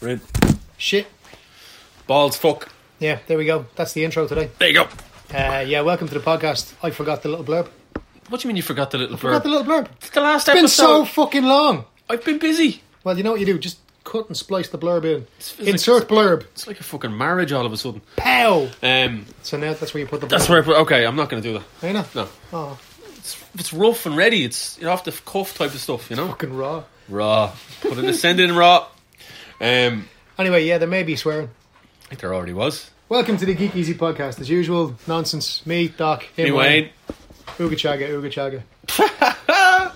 Right. Shit. Balls fuck. Yeah, there we go. That's the intro today. There you go. Uh, yeah, welcome to the podcast. I forgot the little blurb. What do you mean you forgot the little bird? Forgot the little blurb. it's the last It's been so episode. fucking long. I've been busy. Well, you know what you do? Just cut and splice the blurb in. it's like- Insert blurb. It's like a fucking marriage all of a sudden. Pow. Um, So now that's where you put the. that's blurb. where I put. Okay, I'm not going to do that. Where, not? No, Oh, it's, it's rough and ready. It's you know, off the cuff type of stuff. You know, fucking raw. raw. Put it send in raw. Um, Anyway, yeah, there may be swearing. I think there already was. Welcome to the Geek Easy podcast. As usual, nonsense. Me, Doc, him, Anyway, Wayne. Ooga chaga, ooga chaga.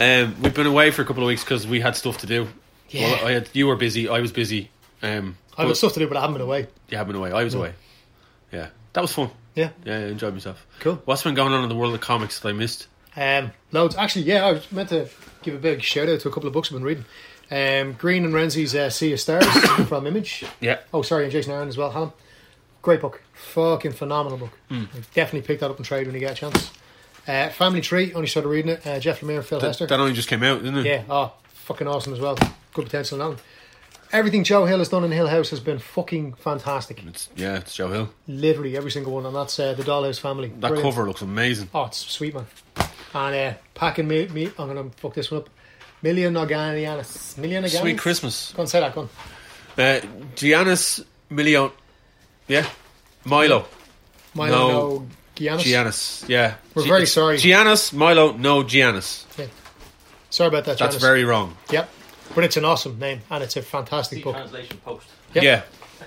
um, we've been away for a couple of weeks because we had stuff to do. Yeah. Well, I had, you were busy. I was busy. Um, I've but got stuff to do, but I haven't been away. You have been away. I was away. Yeah, that was fun. Yeah. Yeah, I enjoyed myself. Cool. What's been going on in the world of comics that I missed? Um, loads. Actually, yeah, I was meant to give a big shout out to a couple of books I've been reading. Um, Green and Renzi's uh, Sea of Stars from Image. Yeah. Oh, sorry, and Jason Aaron as well. Hannah. Great book. Fucking phenomenal book. Hmm. Definitely pick that up and trade when you get a chance. Uh, Family Tree, only started reading it. Uh, Jeff Lemire and Phil Hester. That, that only just came out, didn't it? yeah, oh, fucking awesome as well. Good potential now. Everything Joe Hill has done in Hill House has been fucking fantastic. It's, yeah, it's Joe Hill. Literally every single one, and that's uh, the Dollhouse family. That Brilliant. cover looks amazing. Oh, it's sweet, man. And uh, packing me, me, I'm gonna fuck this one up. Million Organianis. Million Organianis. Sweet Christmas. Go on, say that, go on. Uh, Giannis Milion. Yeah. Milo. Milo No. no. Giannis. Giannis. Yeah. We're Gi- very it's sorry. Giannis, Milo, no Giannis. Yeah. Sorry about that, That's Giannis. very wrong. Yep. But it's an awesome name, and it's a fantastic book. translation post. Yep. Yeah.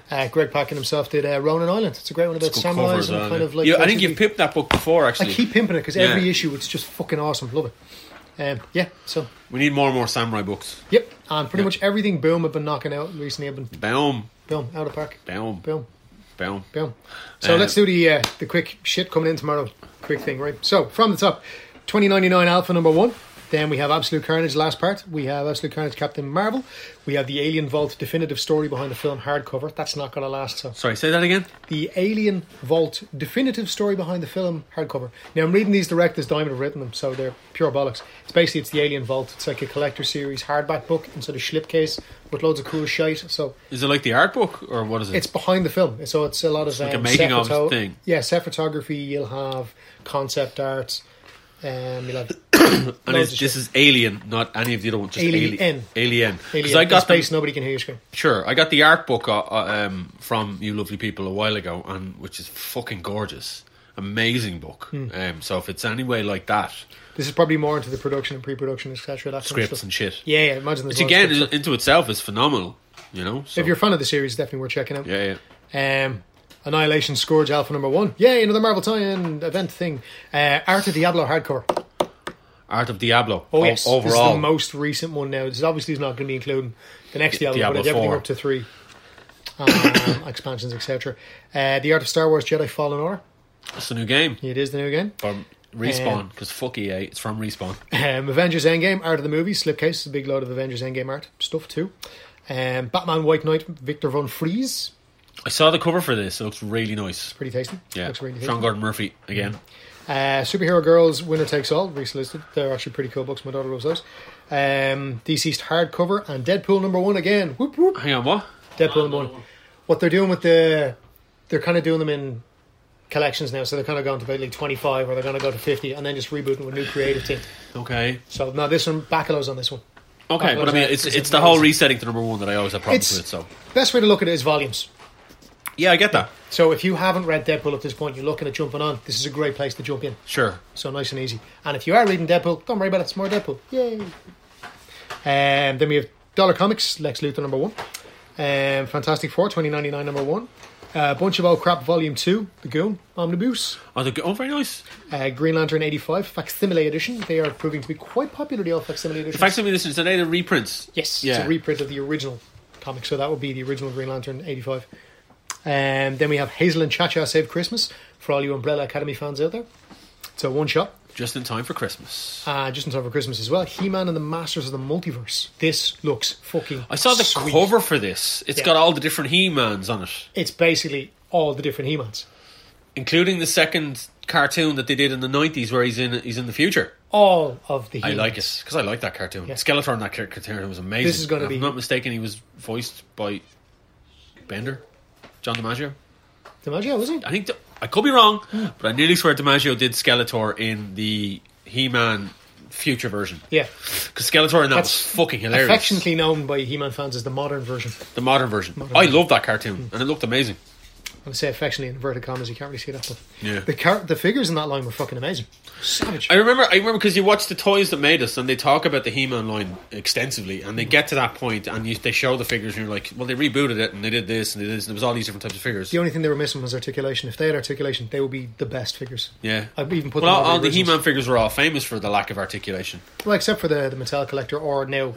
Uh, Greg Packin himself did uh, Ronan Island. It's a great one about It's good cover samurais as and well, kind yeah. of like. You- I think basically- you've pimped that book before, I actually. keep pimping it because Yeah. every issue it's just fucking awesome. Love it. Um, yeah. So. We need more and more samurai books. Yep. And pretty Yeah. much everything Boom have been knocking out recently. I've been Boom. boom out of the park. Boom. Boom. Boom. Boom. So Uh, let's do the uh, the quick shit coming in tomorrow. Quick thing, right? So from the top, twenty ninety nine Alpha number one. Then we have Absolute Carnage last part. We have Absolute Carnage Captain Marvel. We have the Alien Vault definitive story behind the film hardcover. That's not going to last. So Sorry, say that again. the Alien Vault definitive story behind the film hardcover. Now I'm reading these direct as Diamond have written them, so they're pure bollocks. It's basically it's the Alien Vault. It's like a collector series hardback book instead of slipcase with loads of cool shite. So Is it like the art book or what is it? it's behind the film, so it's a lot of like a um, making of sephoto- thing. Yeah, set photography. You'll have concept art. Um, you'll have and loads it's, of this is Alien, not any of the other one. Just Alien. Alien. Alien. Because alien I got the, space. Nobody can hear you scream. Sure, I got the art book uh, uh, um, from you lovely people a while ago, and which is fucking gorgeous, amazing book. Hmm. Um, so if it's any way like that, This is probably more into the production and pre-production, etc. That kind of scripts stuff. and shit, Yeah, yeah. Imagine which there's a lot of again scripts. is, into itself is phenomenal. You know, so, If you're a fan of the series, definitely worth checking out. yeah, yeah. Um, Annihilation Scourge Alpha number one. Yay, another Marvel tie-in event thing. Uh, Art of Diablo Hardcore. Art of Diablo. Oh o- yes, this is overall, the most recent one now. This obviously is not going to be including the next Diablo, Diablo but it's everything 4. up to three um, expansions, etc. Uh, the Art of Star Wars Jedi Fallen Order. it's a new game It is the new game. from Uh, Respawn because fuck EA, it's from Respawn. Um, Avengers Endgame, Art of the Movie, Slipcase, a big load of Avengers Endgame art stuff too. Um, Batman White Knight, Victor Von Fries, I saw the cover for this; it looks really nice. pretty tasty. Yeah, looks really Sean tasty. Gordon Murphy again. Uh, Superhero Girls, Winner Takes All, resolicited. They're actually pretty cool books. My daughter loves those. Um, Deceased Hardcover and Deadpool number one again. Whoop whoop. Hang on, what? Deadpool and one. What they're doing with the, they're kind of doing them in collections now. So they're kind of going to about like twenty five, or they're going to go to fifty, and then just rebooting with new creative team. Okay, So now this one, Bacalos on this one. okay, That but I was mean, it. it's Is it's it the whole nice? resetting to number one that I always have problems It's- with. So Best way to look at it is volumes. yeah, I get that. So if you haven't read Deadpool at this point, you're looking at jumping on. This is a great place to jump in. Sure. So nice and easy. And if you are reading Deadpool, don't worry about it. It's more Deadpool. Yay! And then we have Dollar Comics, Lex Luthor number one, um, Fantastic Four, 2099 number one, uh, Bunch of Old Crap Volume 2, The Goon, Omnibus, Oh, they're, go- oh, very nice. uh, Green Lantern 85, Facsimile Edition. They are proving to be quite popular, the old Facsimile Edition. The fact of this is today the reprints. Yes, it's Yeah. a reprint of the original comic, so that would be the original Green Lantern '85. And then we have Hazel and Cha Cha Save Christmas for all you Umbrella Academy fans out there. It's a one shot, Just in time for Christmas. uh, just in time for Christmas as well. He Man and the Masters of the Multiverse. This looks fucking. I saw the sweet. cover for this. It's Yeah. got all the different He-Mans on it. It's basically all the different He Mans. including the second cartoon that they did in the nineties, where he's in he's in the future. All of the I humans. like it because I like that cartoon. Yeah. Skeletor in that car- cartoon was amazing. This is gonna And be- if I'm not mistaken, he was voiced by Bender, John DiMaggio. DiMaggio, was he? I think th- I could be wrong, but I nearly swear DiMaggio did Skeletor in the He-Man future version. Yeah. Because Skeletor in that That's was fucking hilarious. Affectionately known by He-Man fans as the modern version. The modern version. Hmm. I love that cartoon, and it looked amazing. I'm gonna say affectionately in inverted commas. You can't really see that, but Yeah. the car- the figures in that line were fucking amazing. Savage. I remember, I remember because you watch the toys that made us, and they talk about the He-Man line extensively, and they get to that point, and you, they show the figures, and you're like, well, they rebooted it, and they did this, and they did this, and there was all these different types of figures. the only thing they were missing was articulation. If they had articulation, they would be the best figures. Yeah. I'd even put well, them all, over all the originals. He-Man figures were all famous for the lack of articulation. Well, except for the the Mattel Collector, or now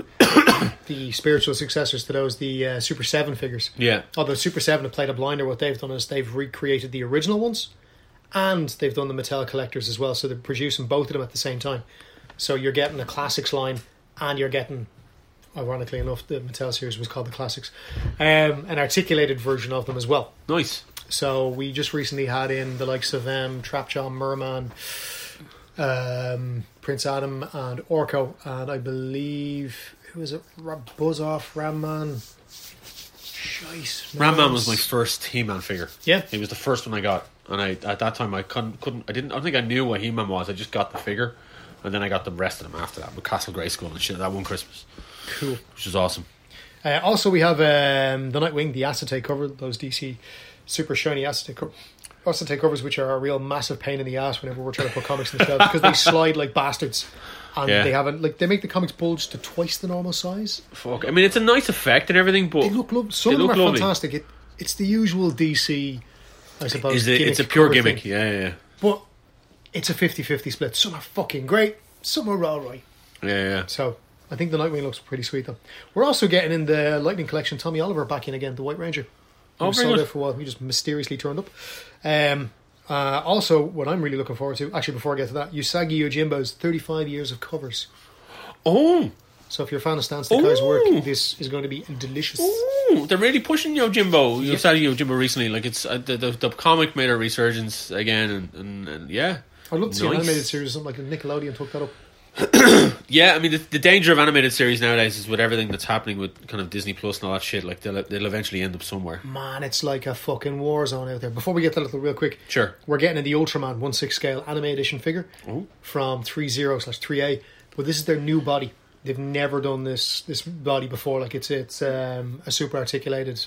the spiritual successors to those, the uh, Super Seven figures. Yeah. Although Oh, Super Seven have played a blinder, what they've done is they've recreated the original ones, and they've done the Mattel collectors as well. So they're producing both of them at the same time. So you're getting the classics line, and you're getting, ironically enough, the Mattel series was called the classics, um, an articulated version of them as well. Nice. So we just recently had in the likes of um, Trap John Merman, um, Prince Adam, and Orko, and I believe who was it? Ra- Buzz off Ramman. Jeez, Ramman was my first He-Man figure. Yeah. He was the first one I got, and I at that time I couldn't, couldn't I didn't, I don't think I knew what He-Man was. I just got the figure, and then I got the rest of them after that with Castle Grayskull and shit. That one Christmas, cool. which was awesome. Uh, also, we have um, the Nightwing, the acetate cover, those DC super shiny acetate cover. Acetate covers, which are a real massive pain in the ass whenever we're trying to put comics in the shelves because they slide like bastards, and Yeah. they haven't like they make the comics bulge to twice the normal size. Fuck. I mean, it's a nice effect and everything, but They look lovely. Some They of them look are lovely. fantastic. It, it's the usual DC, I suppose. is it, gimmick it's a pure cover gimmick. thing. Yeah, yeah, But it's a 50-50 split. Some are fucking great. Some are all right. yeah. yeah, yeah. So I think the Nightwing looks pretty sweet though. We're also getting in the Lightning Collection Tommy Oliver back in again, the White Ranger. He Oh, was very sold good. out for a while. He just mysteriously turned up. Um, uh, also, what I'm really looking forward to, actually, before I get to that, Usagi Yojimbo's 35 years of covers. Oh, So if you're a fan of Stan Stakai's Ooh. work, this is going to be delicious. Ooh, they're really pushing Yo Jimbo. You said Yo Jimbo recently. Like it's uh, the, the the comic made a resurgence again, and, and, and yeah, I'd love to see an Nice. animated series, something like a Nickelodeon took that up. yeah. I mean, the, the danger of animated series nowadays is with everything that's happening with kind of Disney Plus and all that shit. Like they'll they'll eventually end up somewhere. Man, it's like a fucking war zone out there. Before we get to that little real quick, Sure. we're getting in the Ultraman 1 6 scale anime edition figure from 3 slash 3A. But this is their new body. They've never done this this body before. Like it's it's um, a super articulated.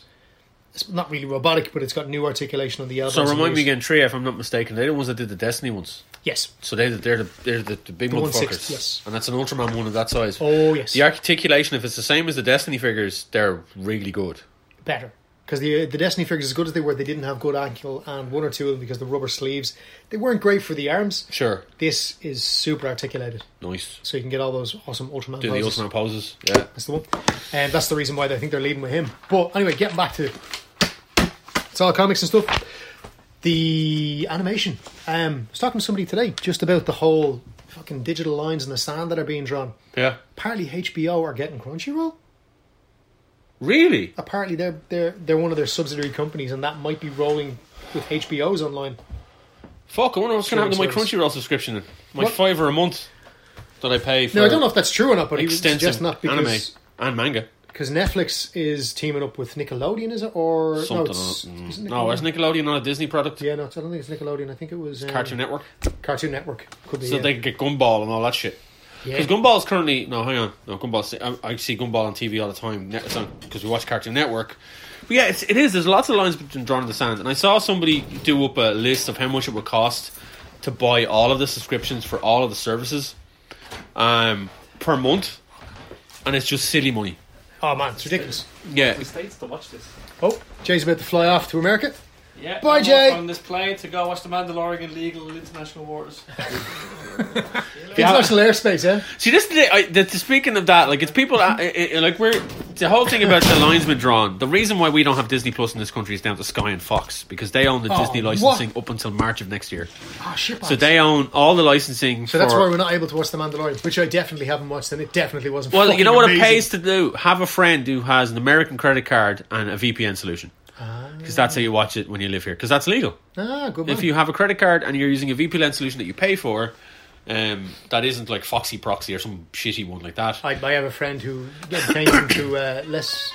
It's not really robotic, but it's got new articulation on the elbows. So and remind me ears. again, Tria, if I'm not mistaken, they're the ones that did the Destiny ones. Yes. So they're the, they're the, they're the, the big The motherfuckers. 1/6, yes. And that's an Ultraman one of that size. Oh yes. The articulation, if it's the same as the Destiny figures, they're really good. better because the the Destiny figures, as good as they were, they didn't have good ankle and one or two of them because the rubber sleeves they weren't great for the arms. Sure. This is super articulated, Nice. so you can get all those awesome Ultraman. Do the poses. Ultraman poses. Yeah. That's the one. And that's the reason why they think they're leading with him. But anyway, getting back to it's all comics and stuff. The animation. Um, I was talking to somebody today just about the whole fucking digital lines in the sand that are being drawn. Yeah. Apparently HBO are getting Crunchyroll. Really? Apparently they're they're they're one of their subsidiary companies, and that might be rolling with HBO's online. Fuck, I wonder what's going to happen to my Streaming Crunchyroll subscription. then. My What? fiver a month that I pay for Now I don't know if that's true or not, but he was extensive just not anime because and manga. because Netflix is teaming up with Nickelodeon, is it or Something. mm. no? It's, on- is it no, is Nickelodeon not a Disney product? Yeah, no, it's- I don't think it's Nickelodeon. I think it was um, Cartoon Network? Cartoon Network. Could be. So yeah. they can get Gumball and all that shit. Yeah. Because Gumball's currently no, hang on, no Gumball's I, I see Gumball on TV all the time because we watch Cartoon Network. But yeah, it's, it is. There's lots of lines between drawn in the sand, and I saw somebody do up a list of how much it would cost to buy all of the subscriptions for all of the services um, per month, and it's just silly money. Oh man, it's ridiculous. Yeah, the States to watch this. Oh, Jay's about to fly off to America. Yeah, Bye, I'm off Jay. On this plane to go watch The Mandalorian legal in international waters. International airspace, eh? See, this is the, I, the, speaking of that, like it's people uh, i i like we're the whole thing about the lines been drawn. The reason why we don't have Disney Plus in this country is down to Sky and Fox because they own the Oh, Disney what? licensing up until March of next year. Oh shit. So they own all the licensing. So that's for, why we're not able to watch The Mandalorian, which I definitely haven't watched, and it definitely wasn't. Well, you fucking know what it amazing. pays to do? Have a friend who has an American credit card and a VPN solution. because that's how you watch it when you live here because that's legal. Ah, good man. If you have a credit card and you're using a VPN solution that you pay for, um, that isn't like Foxy Proxy or some shitty one like that. I, I have a friend who obtained them through uh, less,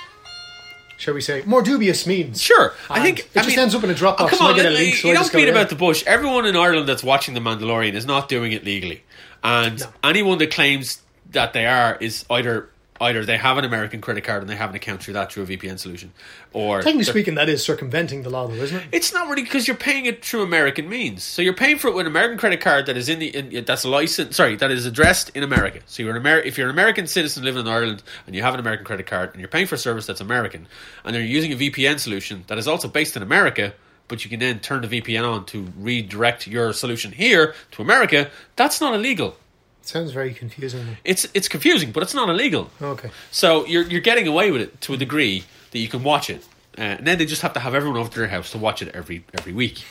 shall we say, more dubious means. Sure, I And think it I just mean- ends up in a Oh, Dropbox. come so I on, get a you- link. so you I don't just go, beat yeah. about the bush. Everyone in Ireland that's watching The Mandalorian is not doing it legally, and anyone that claims that they are is either either they have an American credit card and they have an account through that through a VPN solution, or Technically they're- speaking, that is circumventing the law, though, isn't it? It's not really because you're paying it through American means. So you're paying for it with an American credit card that is in the in, that's licensed. Sorry, that is addressed in America. So you're an Amer- if you're an American citizen living in Ireland and you have an American credit card and you're paying for a service that's American and you're using a VPN solution that is also based in America, but you can then turn the VPN on to redirect your solution here to America. That's not illegal. Sounds very confusing. though. It's it's confusing, but it's not illegal. Okay. So you're you're getting away with it to a degree that you can watch it, uh, and then they just have to have everyone over to their house to watch it every every week,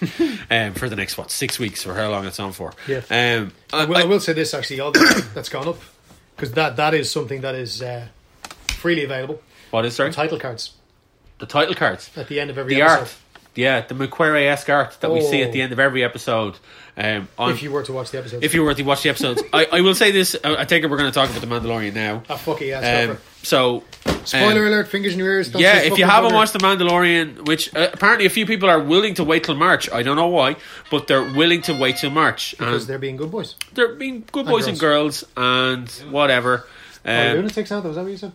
um, for the next what six weeks or how long it's on for. Yeah. Um. I, Uh, Well, I, I- will say this actually, all the, that's gone up because that that is something that is uh, freely available. what is sorry? Title cards The title cards. at the end of every The episode. art. Yeah, the Macquarie esque art that we see Oh. at the end of every episode. Um. On, If you were to watch the episode, if you were to watch the episodes, I, I will say this. I, I take it we're going to talk about the Mandalorian now. ah, fuck it, yeah, it's Um, over. so. um, Spoiler alert! Fingers in your ears. don't yeah, say if you fucking haven't bugger. watched The Mandalorian, which uh, apparently a few people are willing to wait till March, I don't know why, but they're willing to wait till March. because and they're being good boys. they're being good boys and girls and whatever. Are Um, lunatics now? though, Is that what you said?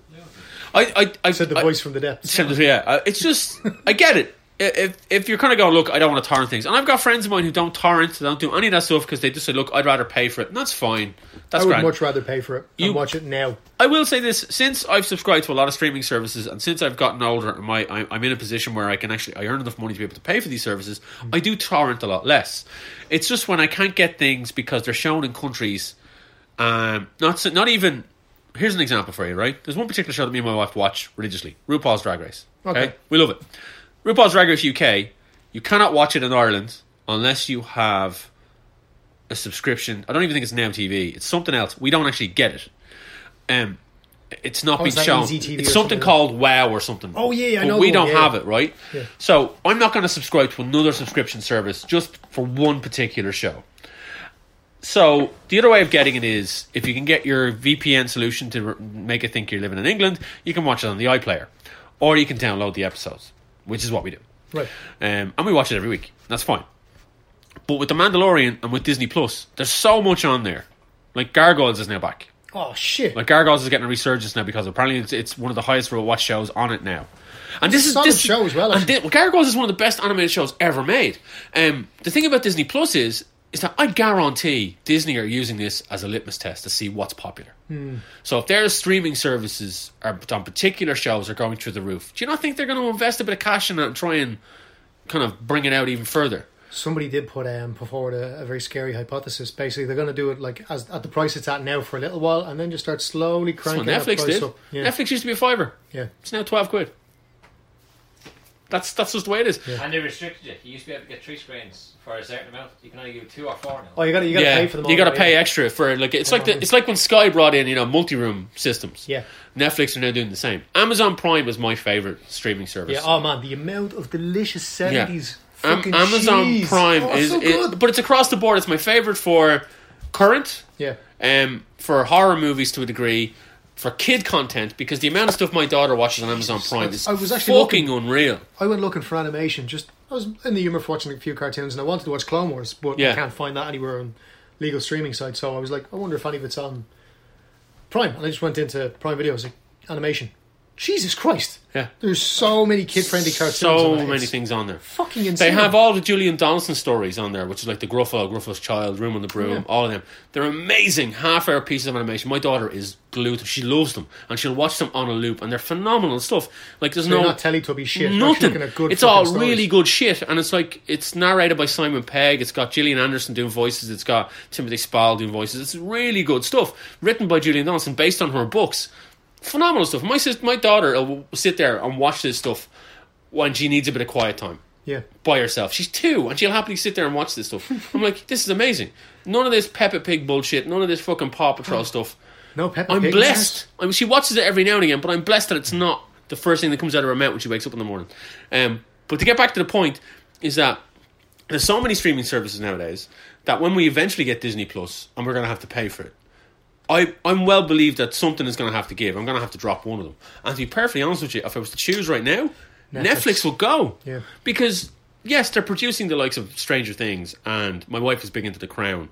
I, I, I Said the I- voice from the depths. Send it- yeah, uh, it's just I get it. I- If if you're kind of going, look, I don't want to torrent things, and I've got friends of mine who don't torrent, they don't do any of that stuff because they just say, look, I'd rather pay for it, and that's fine. That's I would grand. much rather pay for it and You- watch it now. I will say this: since I've subscribed to a lot of streaming services, and since I've gotten older, and my I- I'm in a position where I can actually I earn enough money to be able to pay for these services, I do torrent a lot less. It's just when I can't get things because they're shown in countries, um, not so, not even. Here's an example for you, right? There's one particular show that me and my wife watch religiously: RuPaul's Drag Race. Okay. we love it. RuPaul's Drag Race UK. You cannot watch it in Ireland unless you have a subscription. I don't even think it's an MTV. It's something else. We don't actually get it. Um, it's not Oh, being is that shown. EasyTV it's something or something? called Wow or something. Oh, yeah, I But know we the don't one, yeah. have it, right? So I'm not going to subscribe to another subscription service just for one particular show. So the other way of getting it is if you can get your VPN solution to r- make it think you're living in England, you can watch it on the iPlayer, or you can download the episodes, which is what we do. Right. Um, and we watch it every week. That's fine. But with The Mandalorian and with Disney Plus, there's so much on there. Like Gargoyles is now back. Oh shit! Like Gargoyles is getting a resurgence now because apparently it's, it's one of the highest watched shows on it now. And this a is solid this is- show as well, And actually. thi- well, Gargoyles is one of the best animated shows ever made. Um, the thing about Disney Plus is is that I guarantee Disney are using this as a litmus test to see what's popular. Hmm. So if their streaming services are on particular shows are going through the roof, do you not think they're going to invest a bit of cash in it and try and kind of bring it out even further? Somebody did put um, put forward a, a very scary hypothesis. Basically, they're going to do it like as at the price it's at now for a little while, and then just start slowly That's cranking what that Netflix price did. up. Yeah. Netflix used to be a fiver. yeah. It's now twelve quid. That's that's just the way it is. And they restricted you. You used to be able to get three screens for a certain amount. You can only do two or four now. Oh, you got to you got to yeah, pay for them. you got to pay extra for like it's like the, it's like when Sky brought in you know multi room systems. Yeah. Netflix are now doing the same. Amazon Prime is my favorite streaming service. Yeah. Oh man, the amount of delicious Yeah. seventies. Am- Fucking Amazon cheese. Prime oh, is, so it- good. but it's across the board. It's my favorite for current, yeah. um, for horror movies to a degree, for kid content because the amount of stuff my daughter watches on Amazon Prime is I was actually fucking unreal. I went looking for animation. Just I was in the humor for watching a few cartoons, and I wanted to watch Clone Wars, but Yeah. I can't find that anywhere on legal streaming sites. So I was like, I wonder if any of it's on Prime. And I just went into Prime Video. I was like, animation. Jesus Christ! Yeah. There's so many kid-friendly cartoons. So on it. many It's things on there. Fucking They insane. have all the Julian Donaldson stories on there, which is like the Gruffalo, Gruffalo's Child, Room on the Broom, all of them. They're amazing half-hour pieces of animation. My daughter is glued. to She loves them, and she'll watch them on a loop, and they're phenomenal stuff. Like there's They're no not Teletubby shit. They're actually nothing. looking at good it's all fucking really stories. good shit, and it's like it's narrated by Simon Pegg. It's got Gillian Anderson doing voices. It's got Timothy Spall doing voices. It's really good stuff written by Julian Donaldson based on her books. Phenomenal stuff. My sister, my daughter, will sit there and watch this stuff when she needs a bit of quiet time Yeah. by herself. She's two, and she'll happily sit there and watch this stuff. I'm like, this is amazing. None of this Peppa Pig bullshit. None of this fucking Paw Patrol stuff. No Peppa I'm Pig in blessed. I mean, she watches it every now and again, but I'm blessed that it's not the first thing that comes out of her mouth when she wakes up in the morning. Um, But to get back to the point, is that there's so many streaming services nowadays that when we eventually get Disney Plus and we're going to have to pay for it, I, I'm well believed that something is going to have to give. I'm going to have to drop one of them. And to be perfectly honest with you, if I was to choose right now, Netflix, Netflix. will go. Yeah. Because, yes, they're producing the likes of Stranger Things, and my wife is big into The Crown.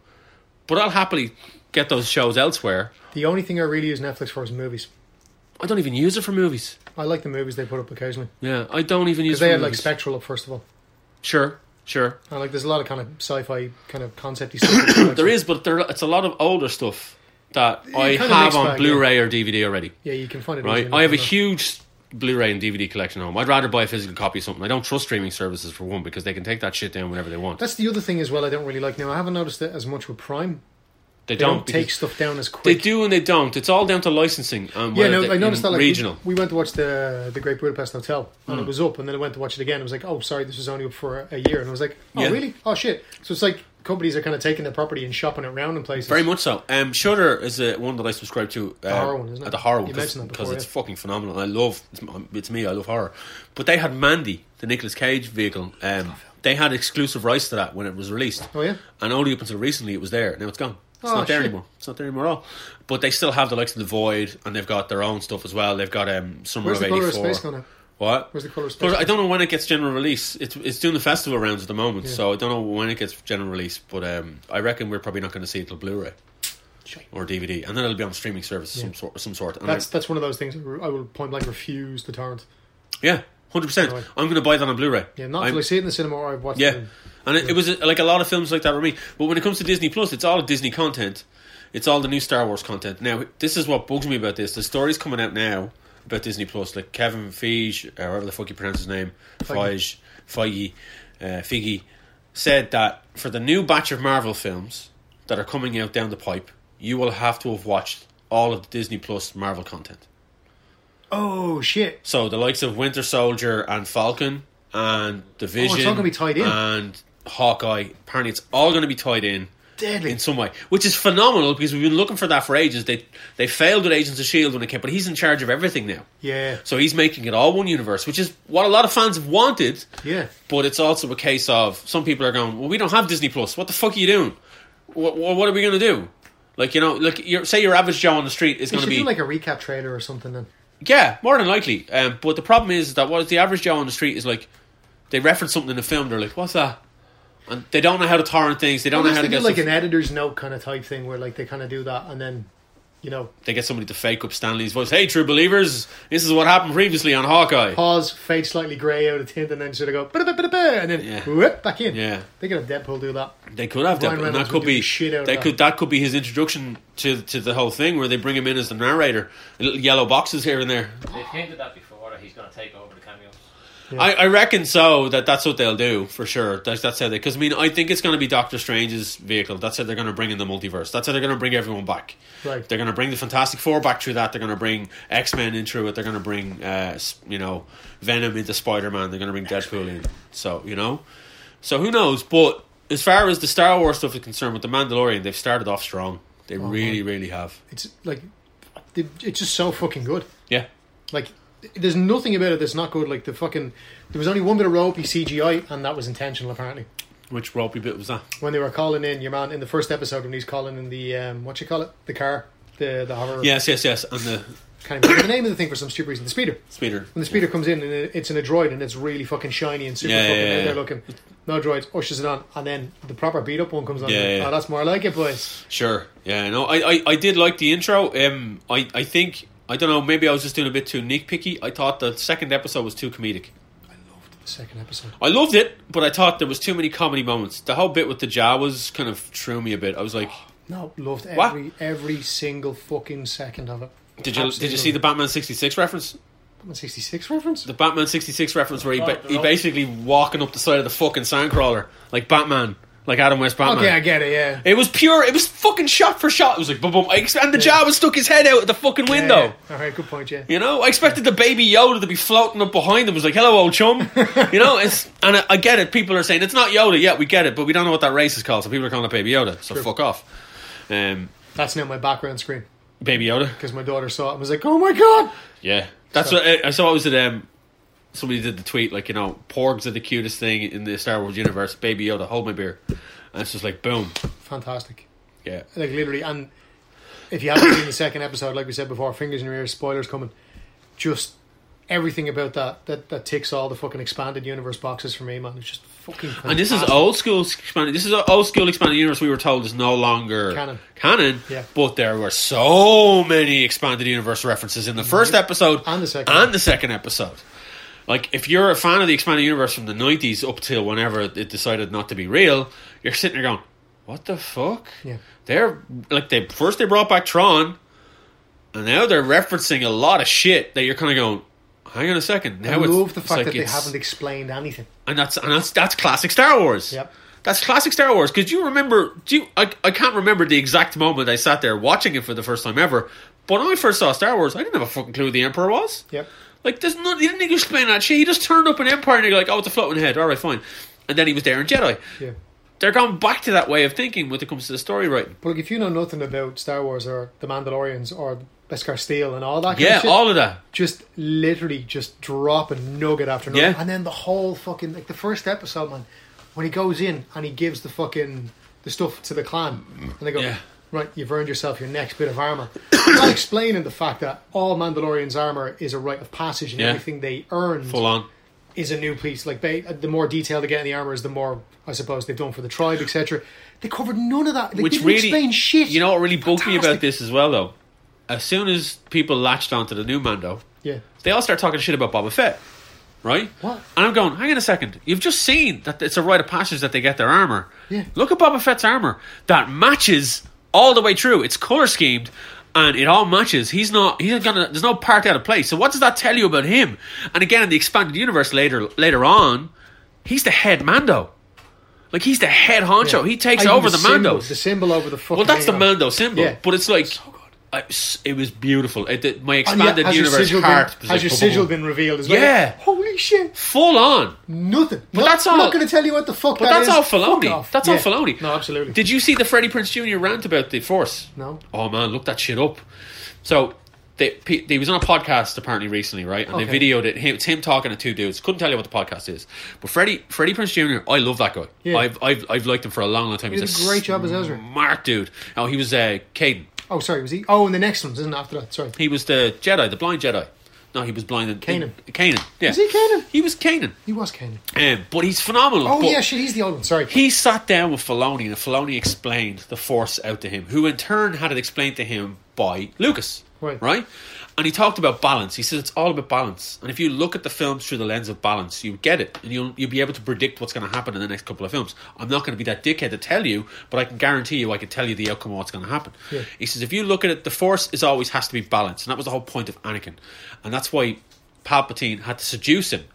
But I'll happily get those shows elsewhere. The only thing I really use Netflix for is movies. I don't even use it for movies. I like the movies they put up occasionally. Yeah, I don't even use Because it for they had like movies. Spectral up first of all. sure, sure. And like there's a lot of kind of sci-fi kind of concepty stuff. There is, but there, it's a lot of older stuff that I kind of have mixed on bag, Blu-ray or DVD already. Yeah, you can find it. Right? easily I have a enough. huge Blu-ray and DVD collection at home. I'd rather buy a physical copy of something. I don't trust streaming services for one because they can take that shit down whenever they want. That's the other thing as well. I don't really like now. I haven't noticed it as much with Prime. they, They don't, don't. take because stuff down as they quick. do and they don't. It's all down to licensing. And Yeah, whether no, they- I noticed in that. Like, we- regional. Hmm. We, went to watch the the Great Budapest Hotel, and it was up, and then I went to watch it again. I was like, oh, sorry, this was only up for a year, and I was like, oh, Yeah. really? Oh, shit. So it's like companies are kind of taking the property and shopping it around in places. Very much so. Um, Shudder is uh, one that I subscribe to. Uh, horror one, isn't it? uh, The horror You one mentioned that because before, it's yeah. fucking phenomenal. I love it's, m- it's me. I love horror, but they had Mandy, the Nicolas Cage vehicle. Um, they had exclusive rights to that when it was released. Oh, yeah? and only up until recently it was there. Now it's gone. It's Oh, not there shit. anymore. It's not there anymore at all. But they still have the likes of the Void, and they've got their own stuff as well. They've got um, Summer Where's of the '84. colour of space gone now? What? Where's the colour of space? But I don't know when it gets general release. It's it's doing the festival rounds at the moment, so I don't know when it gets general release. But um, I reckon we're probably not going to see it till Blu-ray Shite. or DVD, and then it'll be on streaming service of some sort. Some sort. And That's I- that's one of those things. I re- I will point blank refuse the torrent. yeah, hundred percent. Right. I'm going to buy that on Blu-ray. Yeah, not I'm- until I see it in the cinema or I've watched it. Yeah, in- and it, it was uh, like a lot of films like that were me. But when it comes to Disney Plus, it's all Disney content. It's all the new Star Wars content. Now, this is what bugs me about this. The stories coming out now about Disney Plus, like Kevin Feige, or however the fuck you pronounce his name, Feige, Feige. Feige, uh, Figgy, said that for the new batch of Marvel films that are coming out down the pipe, you will have to have watched all of the Disney Plus Marvel content. Oh shit! So the likes of Winter Soldier and Falcon and the Vision, all gonna be tied in. and Hawkeye. Apparently, it's all going to be tied in Deadly. in some way, which is phenomenal because we've been looking for that for ages. They they failed with Agents of Shield E when it came, but he's in charge of everything now. Yeah. So he's making it all one universe, which is what a lot of fans have wanted. Yeah. But it's also a case of some people are going, well, we don't have Disney Plus. What the fuck are you doing? What what, what are we going to do? Like you know, like you're, say your average Joe on the street is You going to should be do like a recap trailer or something then. yeah, more than likely. Um, but the problem is that what is the average Joe on the street is like, they reference something in the film, they're like, "What's that?" And they don't know how to torrent things. They don't know Unless how they to do get like some- an editor's note kind of type thing where like they kind of do that and then, you know, they get somebody to fake up Stanley's voice. Hey, true believers, this is what happened previously on Hawkeye. pause, fade slightly grey out of tint, and then sort of go "Ba-da-ba, ba-da-ba," and then Yeah. whip back in. Yeah. they could have Deadpool do that. They could have Ryan that, and that Reynolds could would be give the shit out of they that. could that could be his introduction to to the whole thing, where they bring him in as the narrator. Little yellow boxes here and there. They've hinted that before that he's going to take over the cameos. I, I reckon so. That that's what they'll do for sure. That's that's how they. Because I mean, I think it's going to be Doctor Strange's vehicle. That's how they're going to bring in the multiverse. That's how they're going to bring everyone back. Right. They're going to bring the Fantastic Four back through that. They're going to bring X Men in through it. They're going to bring, uh, s- you know, Venom into Spider Man. They're going to bring Deadpool in. So you know, so who knows? But as far as the Star Wars stuff is concerned, with the Mandalorian, they've started off strong. They really, really have. It's like it- it's just so fucking good. Yeah. Like there's nothing about it that's not good. Like the fucking there was only one bit of ropey CGI, and that was intentional apparently. Which ropey bit was that? When they were calling in your man in the first episode, when he's calling in the um, what you call it, the car, the the hover. Yes, yes, yes. And the can't remember the name of the thing for some stupid reason. The speeder. speeder. When the speeder comes in and it- it's in a droid and it's really fucking shiny and super Yeah, fucking yeah, yeah, out there yeah. looking. No droids, ushers it on, and then the proper beat up one comes on. Yeah, and, yeah. Oh, that's more like it, boys. Sure. Yeah. No. I, I, I did like the intro. Um. I, I think I don't know. Maybe I was just doing a bit too nitpicky. I thought the second episode was too comedic. The second episode. I loved it, but I thought there was too many comedy moments. The whole bit with the Jawas kind of threw me a bit. I was like, No, loved What? every every single fucking second of it. Did you did you Absolutely. see the Batman sixty six reference? Batman 66 reference? The Batman sixty six reference where he ba- Oh, he no. basically walking up the side of the fucking sandcrawler like Batman, like Adam West Batman. okay, I get it, yeah. It was pure. It was fucking shot for shot. It was like boom, boom. I ex- And the Jawas stuck his head out of the fucking window. Yeah, yeah. Alright, good point, yeah. You know, I expected the baby Yoda to be floating up behind him. It was like, "Hello, old chum." you know, it's and I, I get it. People are saying it's not Yoda. Yeah, we get it, but we don't know what that race is called. So people are calling it Baby Yoda. So fuck off, um, That's now my background screen Baby Yoda. because my daughter saw it and was like, oh my god! uh, Yeah, that's what I, I saw. I was at um, somebody did the tweet like you know porgs are the cutest thing in the Star Wars universe. Baby Yoda, hold my beer, and it's just like boom, Fantastic. yeah. Like literally, and if you haven't seen the second episode, like we said before, fingers in your ears, spoilers coming. Just everything about that that that ticks all the fucking expanded universe boxes for me, man. It's just fucking. And this is fantastic. old school expanded. This is an old school expanded universe. We were told is no longer Canon. Canon. Yeah. But there were so many expanded universe references in the first episode Mm-hmm. And the second. and the second episode. Like, if you're a fan of the expanded universe from the '90s up till whenever it decided not to be real, you're sitting there going, "What the fuck?" Yeah. They're like they first they brought back Tron, and now they're referencing a lot of shit that you're kind of going. Hang on a second. Now I it's- love the it's fact like that they it's- haven't explained anything. and that's and that's that's classic Star Wars. Yep. That's classic Star Wars because you remember. Do you, I? I can't remember the exact moment I sat there watching it for the first time ever. But when I first saw Star Wars, I didn't have a fucking clue who the Emperor was. Yep. Like, there's no. He didn't explain that shit. He just turned up an Empire and you're like, oh, it's a floating head. All right, fine. And then he was there in Jedi. Yeah. They're going back to that way of thinking when it comes to the story writing. But like, if you know nothing about Star Wars or the Mandalorians or Beskar Steel and all that, kind Yeah, of shit, all of that. just literally just dropping nugget after nugget. Yeah. And then the whole fucking like the first episode, man, when he goes in and he gives the fucking the stuff to the clan, and they go, Yeah. right, you've earned yourself your next bit of armor. Not explaining the fact that all Mandalorians' armor is a rite of passage, and Yeah. everything they earn Full on. is a new piece. Like they, the more detail they get in the armor, is the more I suppose they've done for the tribe, etc. They covered none of that. They Which didn't really, explain shit. you know, what really bugged me about Fantastic. this as well, though. As soon as people latched onto the new Mando, yeah, they all start talking shit about Boba Fett, right? What? And I'm going, hang on a second. You've just seen that it's a rite of passage that they get their armor. Yeah. Look at Boba Fett's armor that matches all the way through. It's color schemed. And it all matches. He's not. He's not gonna. There's no part out of place. So what does that tell you about him? And again, in the expanded universe later, later on, he's the head Mando. Like he's the head honcho. Yeah. He takes Even over the, symbol, Mando. The symbol over the fucking. Well, that's the Mando. Mando symbol, Yeah. but it's like I- s- it was beautiful. It, it- my And yeah, expanded has your universe sigil heart was Been, has like, your boom, sigil boom, boom. been revealed as well? Yeah. Holy shit. full on. Nothing. But that's all- I'm not going to tell you what the fuck But that that's is. all Fuck Filoni. off. That's all Yeah. Filoni. No, absolutely. Did you see the Freddie Prince Jr. rant about the Force? No. Oh man, look that shit up. So they, pe- they was on a podcast apparently recently, right? And they Okay. videoed it. Him, it's him talking to two dudes. Couldn't tell you what the podcast is, but Freddie Freddie Prince Jr. I love that guy. Yeah. I've, I've I've liked him for a long, long time. He did a great job as Ezra. Mark dude. Oh, he was uh, Caden. Oh, sorry. Was he? Oh, and the next one's isn't it, after that. Sorry. He was the Jedi, the blind Jedi. No, he was blind. And, Kanan. Kanan. Yeah. Is he Kanan? He was Kanan. He was Kanan. Um, but he's phenomenal. Oh but yeah, shit. He's the old one. Sorry. He sat down with Filoni, and Filoni explained the Force out to him, who in turn had it explained to him by Lucas. Right. Right. And he talked about balance. He says it's all about balance. And if you look at the films through the lens of balance, you get it, and you'll you'll be able to predict what's going to happen in the next couple of films. I'm not going to be that dickhead to tell you, but I can guarantee you, I can tell you the outcome of what's going to happen. Yeah. He says if you look at it, the Force is always has to be balanced, and that was the whole point of Anakin, and that's why Palpatine had to seduce him.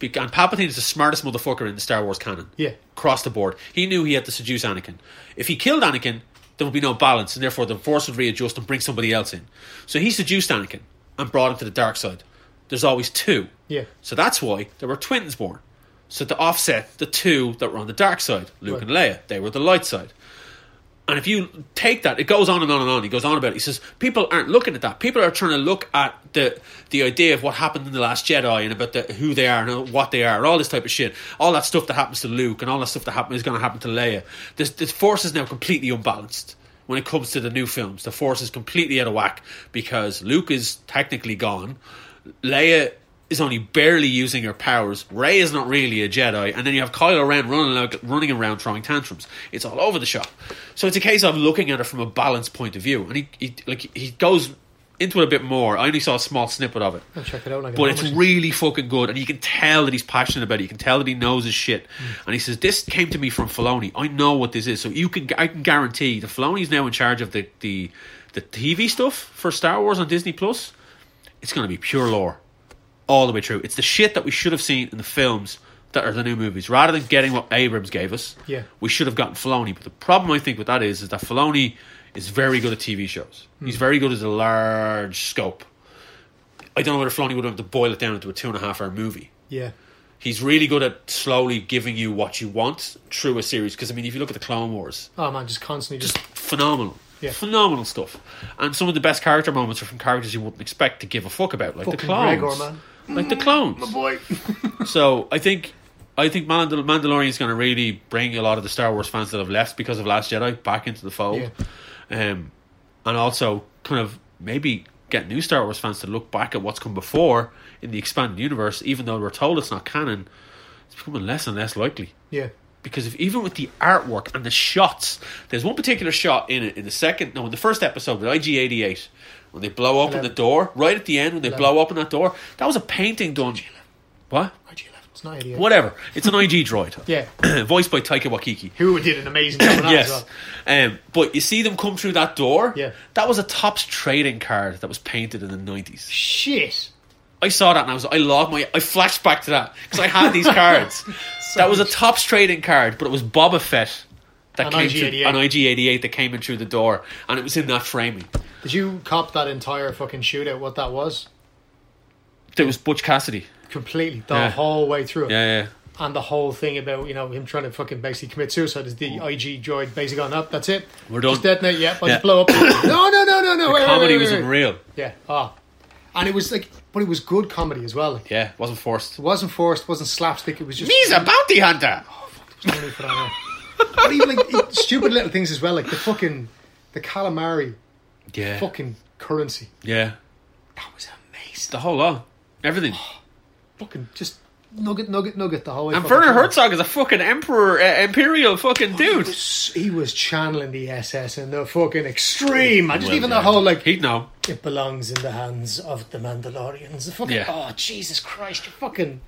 Be- And Palpatine is the smartest motherfucker in the Star Wars canon. Yeah. Across the board. He knew he had to seduce Anakin. If he killed Anakin, there would be no balance, and therefore the Force would readjust and bring somebody else in. So he seduced Anakin and brought him to the dark side. There's always two. Yeah. So that's why there were twins born. So to offset the two that were on the dark side, Luke and Leia, they were the light side. And if you take that, it goes on and on and on. He goes on about it. He says people aren't looking at that. People are trying to look at the the idea of what happened in the Last Jedi and about the, who they are and what they are and all this type of shit. All that stuff that happens to Luke and all that stuff that happen, is going to happen to Leia. This the force is now completely unbalanced when it comes to the new films. The force is completely out of whack because Luke is technically gone. Leia is only barely using her powers. Ray is not really a Jedi, and then you have Kylo Ren running like, running around throwing tantrums. It's all over the shop. So it's a case of looking at it from a balanced point of view, and he, he like he goes into it a bit more. I only saw a small snippet of it, I'll check it out. Like but it's really fucking good, and you can tell that he's passionate about it. You can tell that he knows his shit, and he says this came to me from Filoni. I know what this is, so you can I can guarantee that Filoni's now in charge of the the the TV stuff for Star Wars on Disney Plus. It's going to be pure lore all the way through. It's the shit that we should have seen in the films that are the new movies. Rather than getting what Abrams gave us, Yeah. we should have gotten Filoni. But the problem I think with that is, is that Filoni is very good at TV shows. He's very good at a large scope. I don't know whether Filoni would have to boil it down into a two and a half hour movie. yeah. He's really good at slowly giving you what you want through a series. Because I mean, if you look at the Clone Wars, Oh man, just constantly just. just phenomenal. Yeah. Phenomenal stuff, and some of the best character moments are from characters you wouldn't expect to give a fuck about, like Fucking the clones. Gregor, man. like the clones. boy. So I think I think Mandal- Mandalorian is going to really bring a lot of the Star Wars fans that have left because of Last Jedi back into the fold, Yeah. um, and also kind of maybe get new Star Wars fans to look back at what's come before in the expanded universe, even though we're told it's not canon. It's becoming less and less likely Yeah. because if even with the artwork and the shots, there's one particular shot in it in the second, no, in the first episode with IG88 when they blow open Eleven. the door right at the end when they Eleven. blow open that door. That was a painting done. What? It's not idiot. Whatever. It's an IG droid. Yeah. Voiced by Taika Waikiki. Who did an amazing job on that as Yes. well. Um, but you see them come through that door. Yeah. That was a Topps trading card that was painted in the 90s. Shit. I saw that and I was I logged my I flashed back to that because I had these cards. that was a Topps trading card, but it was Boba Fett that An came IG-88. through an IG88 that came in through the door, and it was in that framing. Did you cop that entire fucking shootout? What that was? There was Butch Cassidy. Completely the Yeah. whole way through, it. Yeah, yeah. and the whole thing about you know him trying to fucking basically commit suicide is the IG droid basically gone up. That's it. We're Just done. detonate. Yeah, Oh. but Yeah. just blow up. no, no, no, no, no. wait, wait, Comedy wait, was wait, wait. unreal. Yeah. Ah, and it was like, but it was good comedy as well. Like, Yeah, it wasn't forced. It wasn't forced. It wasn't slapstick. It was just. He's a bounty hunter. Don't really put that on. But even like it- stupid little things as well, like the fucking the calamari Yeah, fucking currency. yeah. That was amazing. The whole lot, everything. Oh, Fucking just nugget, nugget, nugget the whole way. And fucking Oh, Werner through. Herzog is a fucking emperor, uh, imperial fucking dude. He was channeling the SS and the fucking extreme. I just Well, even yeah. the whole like He'd know. it belongs in the hands of the Mandalorians. Fucking Yeah. oh Jesus Christ, you fucking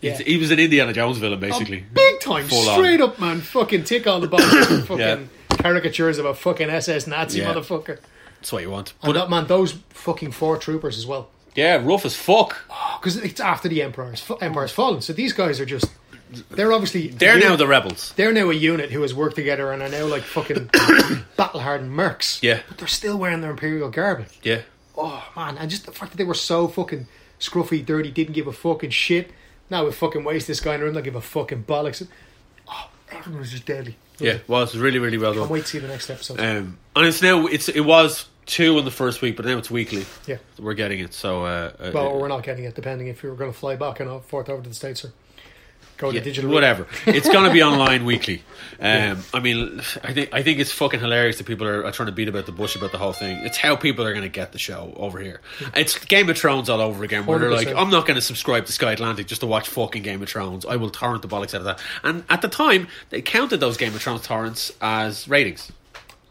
yeah. Oh, He was an Indiana Jones villain, basically. Big time, Full on. straight up, man. Fucking tick all the boxes. fucking Yeah. caricatures of a fucking SS Nazi Yeah. motherfucker. That's what you want. And But that man, those fucking four troopers as well. yeah, rough as fuck. because it's after the empire's fa- empire's fallen. So these guys are just they're obviously They're now the rebels. they're now a unit who has worked together and are now like fucking battle hardened mercs. Yeah. but they're still wearing their imperial garb. Yeah. Oh man, and just the fact that they were so fucking scruffy, dirty, didn't give a fucking shit. Now we fucking waste this guy in the room, don't give a fucking bollocks. Oh, everyone was just deadly. Yeah, well, it's really, really well I'm done. wait to see the next episode. Um, and it's now it's it was two in the first week, but now it's weekly. yeah. We're getting it, so uh, uh, Well, or we're not getting it, depending if we were going to fly back and uh, forth over to the States or go yeah, to digital. whatever. it's gonna be online weekly. Um, I mean, I think I think it's fucking hilarious that people are, are trying to beat about the bush about the whole thing. It's how people are gonna get the show over here. It's Game of Thrones all over again. Where they are like, 100%. I'm not gonna subscribe to Sky Atlantic just to watch fucking Game of Thrones. I will torrent the bollocks out of that. And at the time, they counted those Game of Thrones torrents as ratings.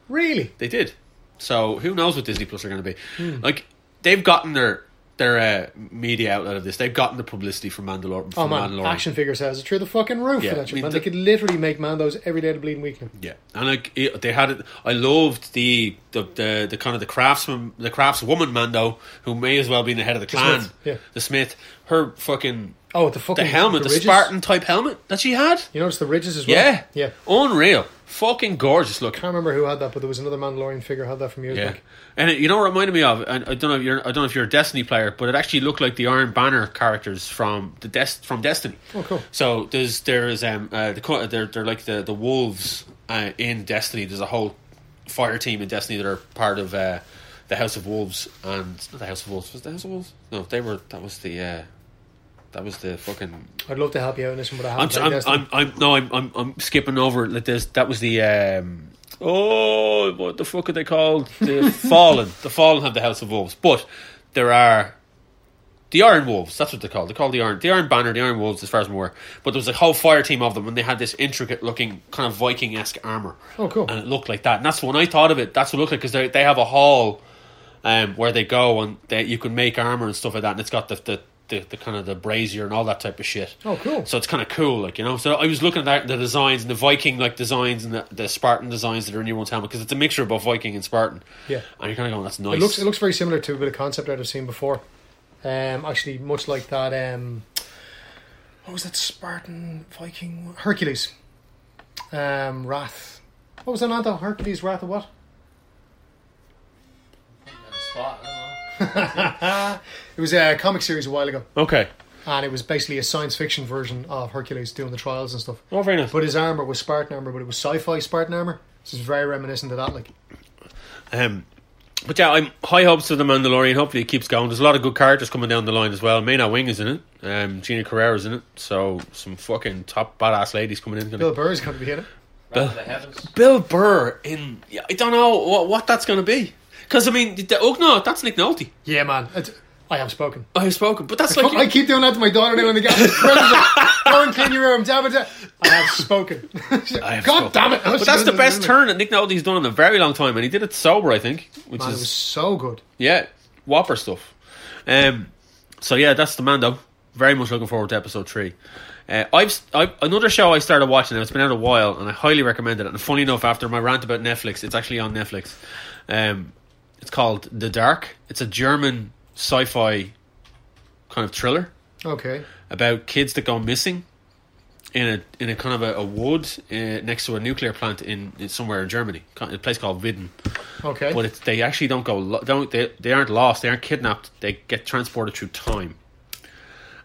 Really? They did. So who knows what Disney Plus are going to be? Hmm. Like they've gotten their their uh, media outlet of this. They've gotten the publicity from Mandalor- Oh from man, Mandalorian. action figures has it through the fucking roof Yeah, for that shit, I mean, man. the- they could literally make Mandos every day to bleeding weekly. Yeah, and like it, they had it. I loved the the, the the kind of the craftsman, the craftswoman Mando, who may as well be the head of the clan, Smith, yeah. the Smith. Her fucking Oh, the fucking the helmet, the, ridges. Spartan type helmet that she had. You notice the ridges as well. Yeah, yeah. unreal, fucking gorgeous looking. Can't remember who had that, but there was another Mandalorian figure had that from years Yeah, back. and it, you know what it reminded me of, and I don't know if you're, I don't know if you're a Destiny player, but it actually looked like the Iron Banner characters from the Des- from Destiny. Oh, cool. So there's there is um uh, the co- they're they're like the the wolves uh, in Destiny. There's a whole fire team in Destiny that are part of uh, the House of Wolves and not the House of Wolves was it the House of Wolves. No, they were that was the uh, that was the fucking I'd love to help you out in this one, but I I'm, haven't. played I'm, Destiny. I'm, I'm, no, I'm, I'm, I'm skipping over like this. That was the um, oh, what the fuck are they called? The Fallen. The Fallen have the House of Wolves, but there are the Iron Wolves. That's what they're called. They're called the Iron, the Iron Banner, the Iron Wolves, as far as I'm aware. But there was a whole fire team of them, and they had this intricate looking kind of Viking esque armor. Oh, cool. And it looked like that. And that's when I thought of it. That's what it looked like because they they have a hall um, where they go and they, you can make armor and stuff like that, and it's got the the. The, the kind of the brazier and all that type of shit. Oh, cool. So it's kind of cool, like you know. So I was looking at that, the designs and the Viking like designs and the, the Spartan designs that are in your own helmet because it's a mixture of both Viking and Spartan. Yeah. and you're kind of going, that's nice. It looks it looks very similar to a bit of concept art I've seen before. Um, actually, much like that. Um, what was that Spartan Viking one? Hercules? Um, Wrath. What was that? Another Hercules Wrath of what? On the spot, I don't know. It was a comic series a while ago. okay. and it was basically a science fiction version of Hercules doing the trials and stuff. Oh, very nice. But his armor was Spartan armor, but it was sci-fi Spartan armor. This is very reminiscent of that. Like, Um, But yeah, I'm high hopes for the Mandalorian. Hopefully, it keeps going. There's a lot of good characters coming down the line as well. Maynard Wing is in it. Um, Gina Carrera's in it. So some fucking top badass ladies coming in. Bill Burr is going to be in it. Rather the heavens. Bill Burr in. yeah, I don't know what, what that's going to be. Because I mean, the Ugnaught, that's Nick Nolte. Yeah, man. It's, I have spoken. I have spoken, but that's Fuck, like I keep doing that to Oh my daughter now in the gas. Go and clean your room. Dabba, dabba. I have spoken. I have God spoken. damn it! I was But that's doing the it best in turn that Nick Nolte's done in a very long time, and he did it sober, I think, which Man, it is was so good. yeah, whopper stuff. Um, so yeah, that's the Mando. Very much looking forward to episode three. Uh, I've, I've another show I started watching now. It's been out a while, and I highly recommend it. And funny enough, after my rant about Netflix, it's actually on Netflix. Um, it's called The Dark. It's a German sci-fi kind of thriller Okay. about kids that go missing in a in a kind of a, a wood uh, next to a nuclear plant in, in somewhere in Germany, Kind- a place called Widden. Okay. But it's, they actually don't go lo- don't they, they aren't lost, they aren't kidnapped. They get transported through time,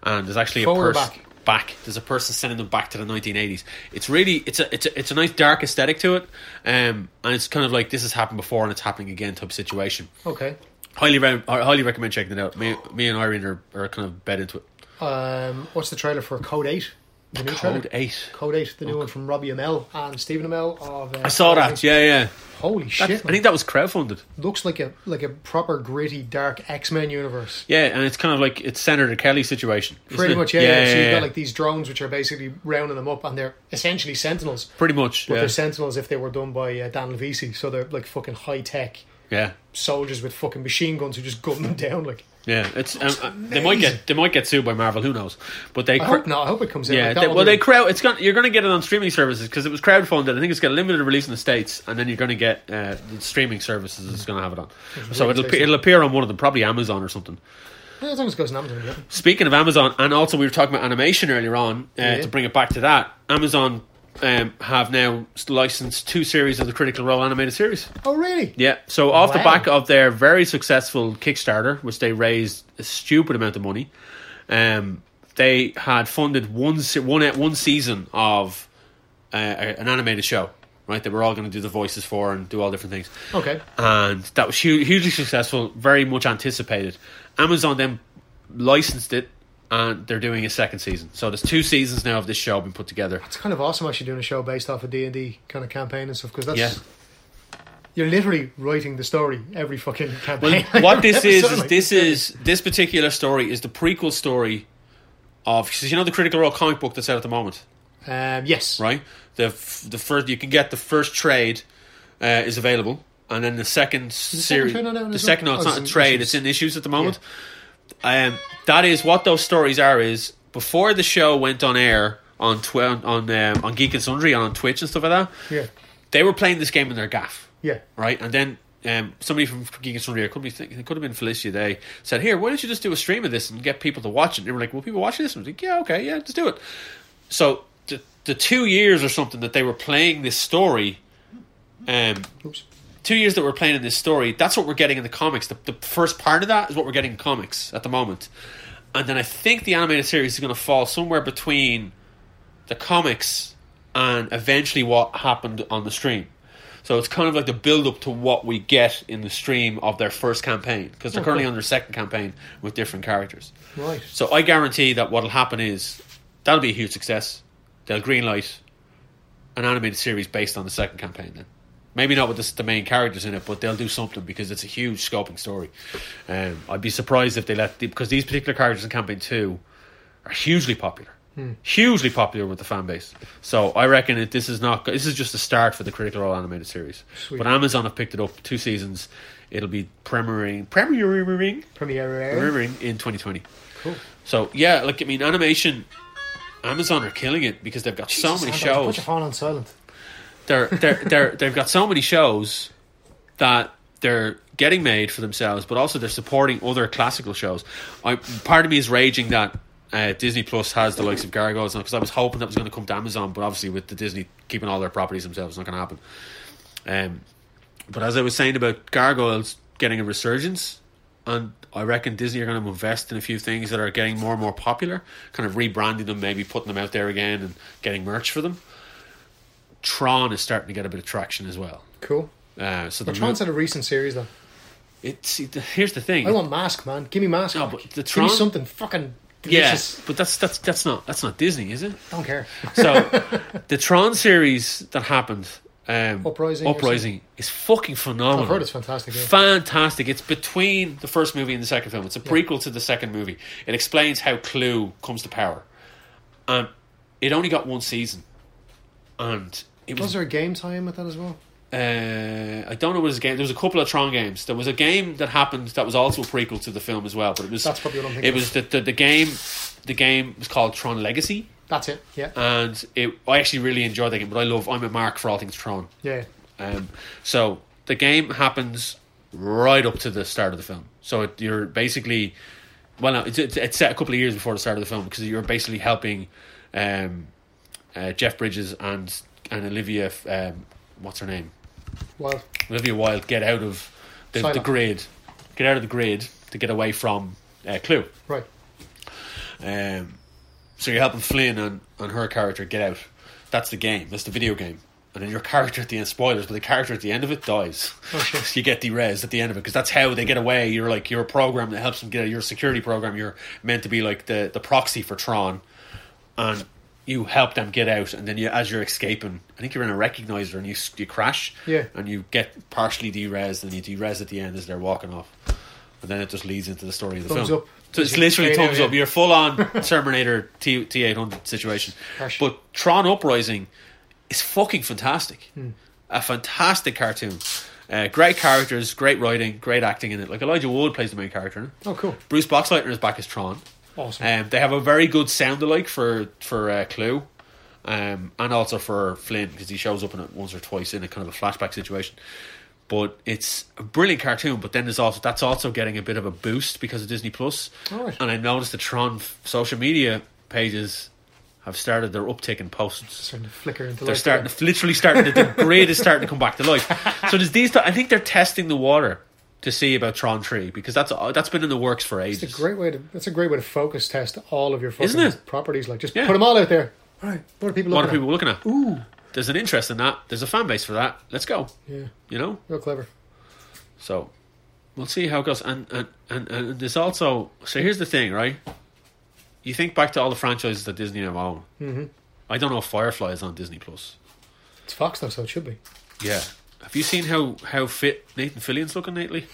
and there's actually Forward or a person back? back. There's a person sending them back to the 1980s. It's really it's a it's a, it's a nice dark aesthetic to it, um, and it's kind of like this has happened before and it's happening again type situation. Okay. Highly re- I highly recommend checking it out. Me, me and Irene are, are kind of bed into it. Um, what's the trailer for Code Eight? The new trailer. Code eight. Code Eight, the new one from Robbie Amell and Stephen Amell. Of uh, I saw that. Yeah, yeah. Holy shit! I Man. think that was crowdfunded. Looks like a like a proper gritty dark X Men universe. Yeah, and it's kind of like it's Senator Kelly situation. isn't Pretty it? much, yeah. so you've yeah. got like these drones which are basically rounding them up, and they're essentially sentinels. pretty much. But Yeah. they're sentinels if they were done by uh, Dan Levisi. So they're like fucking high tech yeah, soldiers with fucking machine guns who just gun them down. Like yeah. It's um, uh, they might amazing. get they might get sued by Marvel. Who knows? But they I cr- hope not. I hope it comes in. yeah. like that they- one well, they didn't- crowd. It's going you're going to get it on streaming services because it was crowdfunded. I think it's got a limited release in the states, and then you're going to get uh, the streaming services is going to have it on. So really it'll pe- tasty. it'll appear on one of them, probably Amazon or something. Yeah, as long as it goes in Amazon, yeah. Speaking of Amazon, and also we were talking about animation earlier on. Uh, Yeah. To bring it back to that, Amazon um, have now licensed two series of the Critical Role animated series. Oh, really? Yeah. So off the Wow. back of their very successful Kickstarter, which they raised a stupid amount of money, um, they had funded one se- one uh, one season of uh, an animated show. Right, that we're all going to do the voices for and do all different things Okay. and that was hu- hugely successful, very much anticipated. Amazon then licensed it, and they're doing a second season. So there's two seasons now of this show being put together. It's kind of awesome actually doing a show based off a D&D kind of campaign and stuff because that's... Yeah. You're literally writing the story every fucking Well, campaign. what this is is Like, this is this particular story is the prequel story of because you know the Critical Role comic book that's out at the moment, Um, yes. right? The f- the first you can get the first trade uh, is available, and then the second series, trade not out the as second well? no, it's Oh, not a it's in trade, issues. it's in issues at the moment. Um, that is what those stories are. Is before the show went on air on tw- on um, on Geek and Sundry and on Twitch and stuff like that, Yeah. they were playing this game in their gaff Yeah. right? And then um, somebody from Geek and Sundry, it could be it could have been Felicia Day, said, "Here, why don't you just do a stream of this and get people to watch it?" And they were like, "Will people watch this?" And I was like, "Yeah, okay, yeah, just do it." So the the two years or something that they were playing this story, um, Oops. two years that we're playing in this story, that's what we're getting in the comics. The, the first part of that is what we're getting in comics at the moment. And then I think the animated series is going to fall somewhere between the comics and eventually what happened on the stream. So it's kind of like the build up to what we get in the stream of their first campaign because they're currently on their second campaign with different characters. Right. So I guarantee that what'll happen is that'll be a huge success. They'll greenlight an animated series based on the second campaign. Then maybe not with this, the main characters in it, but they'll do something because it's a huge scoping story. Um, I'd be surprised if they let the, because these particular characters in campaign two are hugely popular. Hugely popular with the fan base, so I reckon that this is not. This is just a start for the Critical Role animated series. Sweet. But Amazon have picked it up two seasons. It'll be premiering, premiering, Premiere. premiering in twenty twenty. Cool. So yeah, like I mean, animation. Amazon are killing it because they've got so many Jesus, Adam, Put shows. your phone on silent. They're they're they're they've got so many shows that they're getting made for themselves, but also they're supporting other classical shows. I part of me is raging that uh, Disney Plus has the likes of Gargoyles because I was hoping that was going to come to Amazon, but obviously with the Disney keeping all their properties themselves, it's not going to happen. Um, but as I was saying about Gargoyles getting a resurgence, and I reckon Disney are going to invest in a few things that are getting more and more popular, kind of rebranding them, maybe putting them out there again and getting merch for them. Tron is starting to get a bit of traction as well. Cool. Uh, so the But Tron's had a recent series though. It's it, here's the thing. I want Mask, man. Give me Mask. No, but the Give me Tron- something fucking delicious. yes, but that's that's that's not that's not Disney, is it? Don't care. So the Tron series that happened, um, Uprising or Uprising is fucking phenomenal. I've heard it's fantastic. Yeah. Fantastic. It's between the first movie and the second film. It's a prequel to the second movie. It explains how Clue comes to power. And it only got one season. And it Was was. there a game tie-in with that as well? Uh, I don't know what his game. There was a couple of Tron games. There was a game that happened that was also a prequel to the film as well. But it was. That's probably what I'm thinking It was the, the, the game. The game was called Tron Legacy, That's it. Yeah. and it I actually really enjoyed that game. But I love I'm a mark for all things Tron. yeah. Um, so the game happens right up to the start of the film. So it, you're basically, well, no, it's, it's, it's set a couple of years before the start of the film because you're basically helping um, uh, Jeff Bridges and and Olivia, um, what's her name, Well, Olivia Wilde, get out of the, the Silo. grid, get out of the grid to get away from uh, Clue. right. Um, so you're helping Flynn and, and her character get out. That's the game. That's the video game. And then your character at the end, spoilers, but the character at the end of it dies. Oh, so you get derezed at the end of it because that's how they get away. You're like you're a program that helps them get out. You're a security program. You're meant to be like the the proxy for Tron, and you help them get out. And then you, as you're escaping, I think you're in a recognizer and you s- you crash. Yeah. And you get partially derezed, and you derez at the end as they're walking off. And then it just leads into the story of the Thumbs film. up. So it's literally Straight out, thumbs yeah. up. You're full on Terminator T T eight hundred situation. Harsh. But Tron Uprising is fucking fantastic. Hmm. A fantastic cartoon. Uh, great characters, great writing, great acting in it. Like Elijah Wood plays the main character. In it. Oh, cool. Bruce Boxleitner is back as Tron. Awesome. Um, they have a very good sound alike for for uh, Clue, um, and also for Flynn because he shows up in it once or twice in a kind of a flashback situation. But it's a brilliant cartoon. But then there's also that's also getting a bit of a boost because of Disney Plus. All right. And I noticed the Tron f- social media pages have started their uptick in posts. starting to flicker into They're life. starting to literally starting to, the grid is starting to come back to life. So there's these. I think they're testing the water to see about Tron Three because that's that's been in the works for ages. It's a great way to. That's a great way to focus test all of your fucking Isn't it? properties. Like just Yeah. put them all out there. All right. What are people a lot of looking people looking at. Ooh, there's an interest in that. There's a fan base for that. Let's go. at? Yeah. You know. Real clever. So we'll see how it goes. And and and, and there's also so here's the thing, right? You think back to all the franchises that Disney have owned. Mm-hmm. I don't know if Firefly is on Disney Plus. It's Fox though, so it should be. Yeah. Have you seen how how fit Nathan Fillion's looking lately?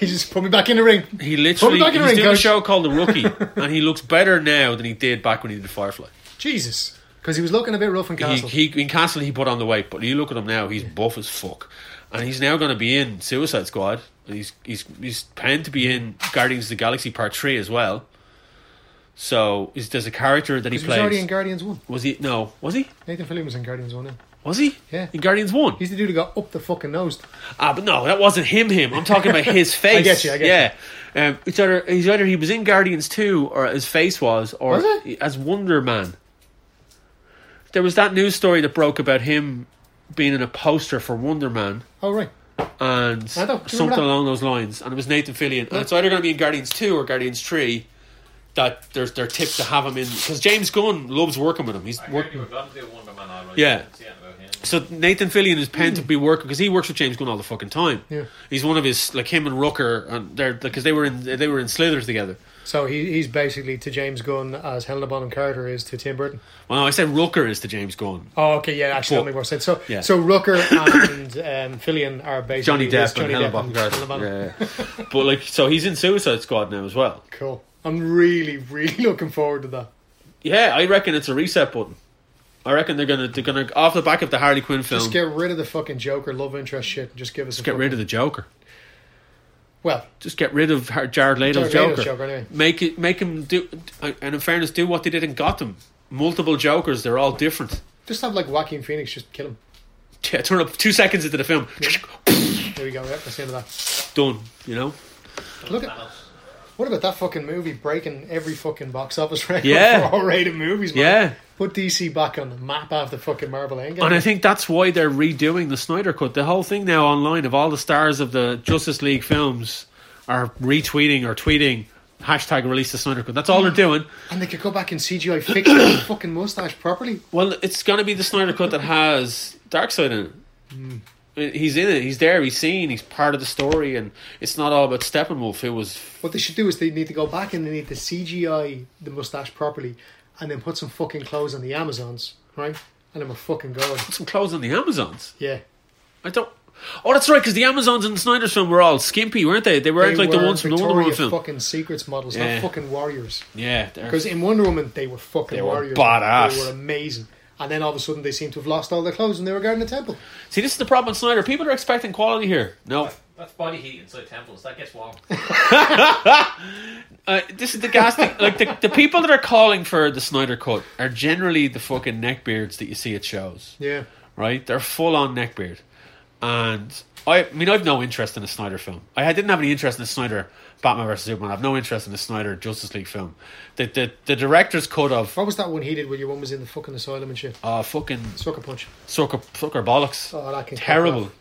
He just put me back in the ring. He literally back in he's the ring, doing a coach. show called The Rookie, and he looks better now than he did back when he did Firefly. Jesus, because he was looking a bit rough in Castle. He, he in Castle he put on the weight, but you look at him now, he's buff as fuck, and he's now going to be in Suicide Squad. And he's he's he's planned to be in Guardians of the Galaxy Part Three as well. So is there's a character that he He was already plays? in Guardians One. was he no? Was he? Nathan Fillion was in Guardians One. Now. Was he? Yeah. In Guardians One. He's the dude who got up the fucking nose. Ah, but no, that wasn't him. Him. I'm talking about his face. get you, I get yeah. Um, it's either he's either he was in Guardians Two, or his face was, or Was as Wonder Man. There was that news story that broke about him being in a poster for Wonder Man Oh right, and I don't- do you remember something that? along those lines, and it was Nathan Fillion. And it's either going to be in Guardians Two or Guardians Three. That there's their tip to have him in because James Gunn loves working with him. He's I work, heard you were going to do Wonder Man already. Yeah. Didn't see anything about him. so Nathan Fillion is penned to be working because he works with James Gunn all the fucking time. Hmm. Yeah. he's one of his like him and Rooker, and they're because they were in they were in Slithers together. so he, he's basically to James Gunn as Helena Bonham Carter is to Tim Burton. Well, no, I said Rooker is to James Gunn. Oh okay, yeah, actually But- that makes more sense. So yeah. so Rooker and um, Fillion are basically Johnny Depp is Johnny and Helena Depp Bonham and Carter. Helena Bonham. Yeah, yeah. but like so he's in Suicide Squad now as well. Cool. I'm really really looking forward to that. Yeah, I reckon it's a reset button. I reckon they're gonna they're gonna off the back of the Harley Quinn film. Just get rid of the fucking Joker love interest shit. and Just give us a Just get rid of the Joker. Well, Just get rid of Har- Jared Leto's Jared Leto's Joker. Joker, anyway. Make it, make him do. And in fairness, do what they did in Gotham. Multiple Jokers. They're all different. just have like Joaquin Phoenix just kill him. Yeah, turn up two seconds into the film. There we go. Yep, that's the end of that. Done. You know. Look at what about that fucking movie breaking every fucking box office record Yeah. for R-rated movies? Man. Yeah. Put DC back on the map after fucking Marvel Endgame. And I think that's why they're redoing the Snyder Cut. The whole thing now online of all the stars of the Justice League films are retweeting or tweeting hashtag release the Snyder Cut. That's all they're doing. And they could go back and CGI fix the fucking mustache properly. Hmm. Well, it's going to be the Snyder Cut that has Darkseid in it. mean, he's in it. He's there. He's seen. He's part of the story, and it's not all about Steppenwolf. It was What they should do is they need to go back and they need to CGI the mustache properly, and then put some fucking clothes on the Amazons, right? And I'm a fucking god. put some clothes on the Amazons. Yeah, I don't. Oh, that's right, because the Amazons in Snyder's film were all skimpy, weren't they? They weren't They like the were ones from the Wonder Victoria Woman film. Fucking secrets models, Yeah. not fucking warriors. yeah, they're- Because in Wonder Woman they were fucking They were warriors. badass. They were amazing. And then all of a sudden they seem to have lost all their clothes and they were guarding the temple. see, this is the problem, with Snyder. People are expecting quality here. No, That's body heat inside temples. That gets warm. uh, this is the gas. thing. Like the, the people that are calling for the Snyder cut are generally the fucking neckbeards that you see at shows. Yeah. right? They're full on neckbeard. And I, I mean, I've no interest in a Snyder film. I, I didn't have any interest in a Snyder Batman vs Superman. I've no interest in a Snyder Justice League film. The the, the director's cut of What was that one he did where your one was in the fucking asylum and shit? uh, fucking Sucker punch. sucker sucker bollocks. Oh, that can kick Terrible. off.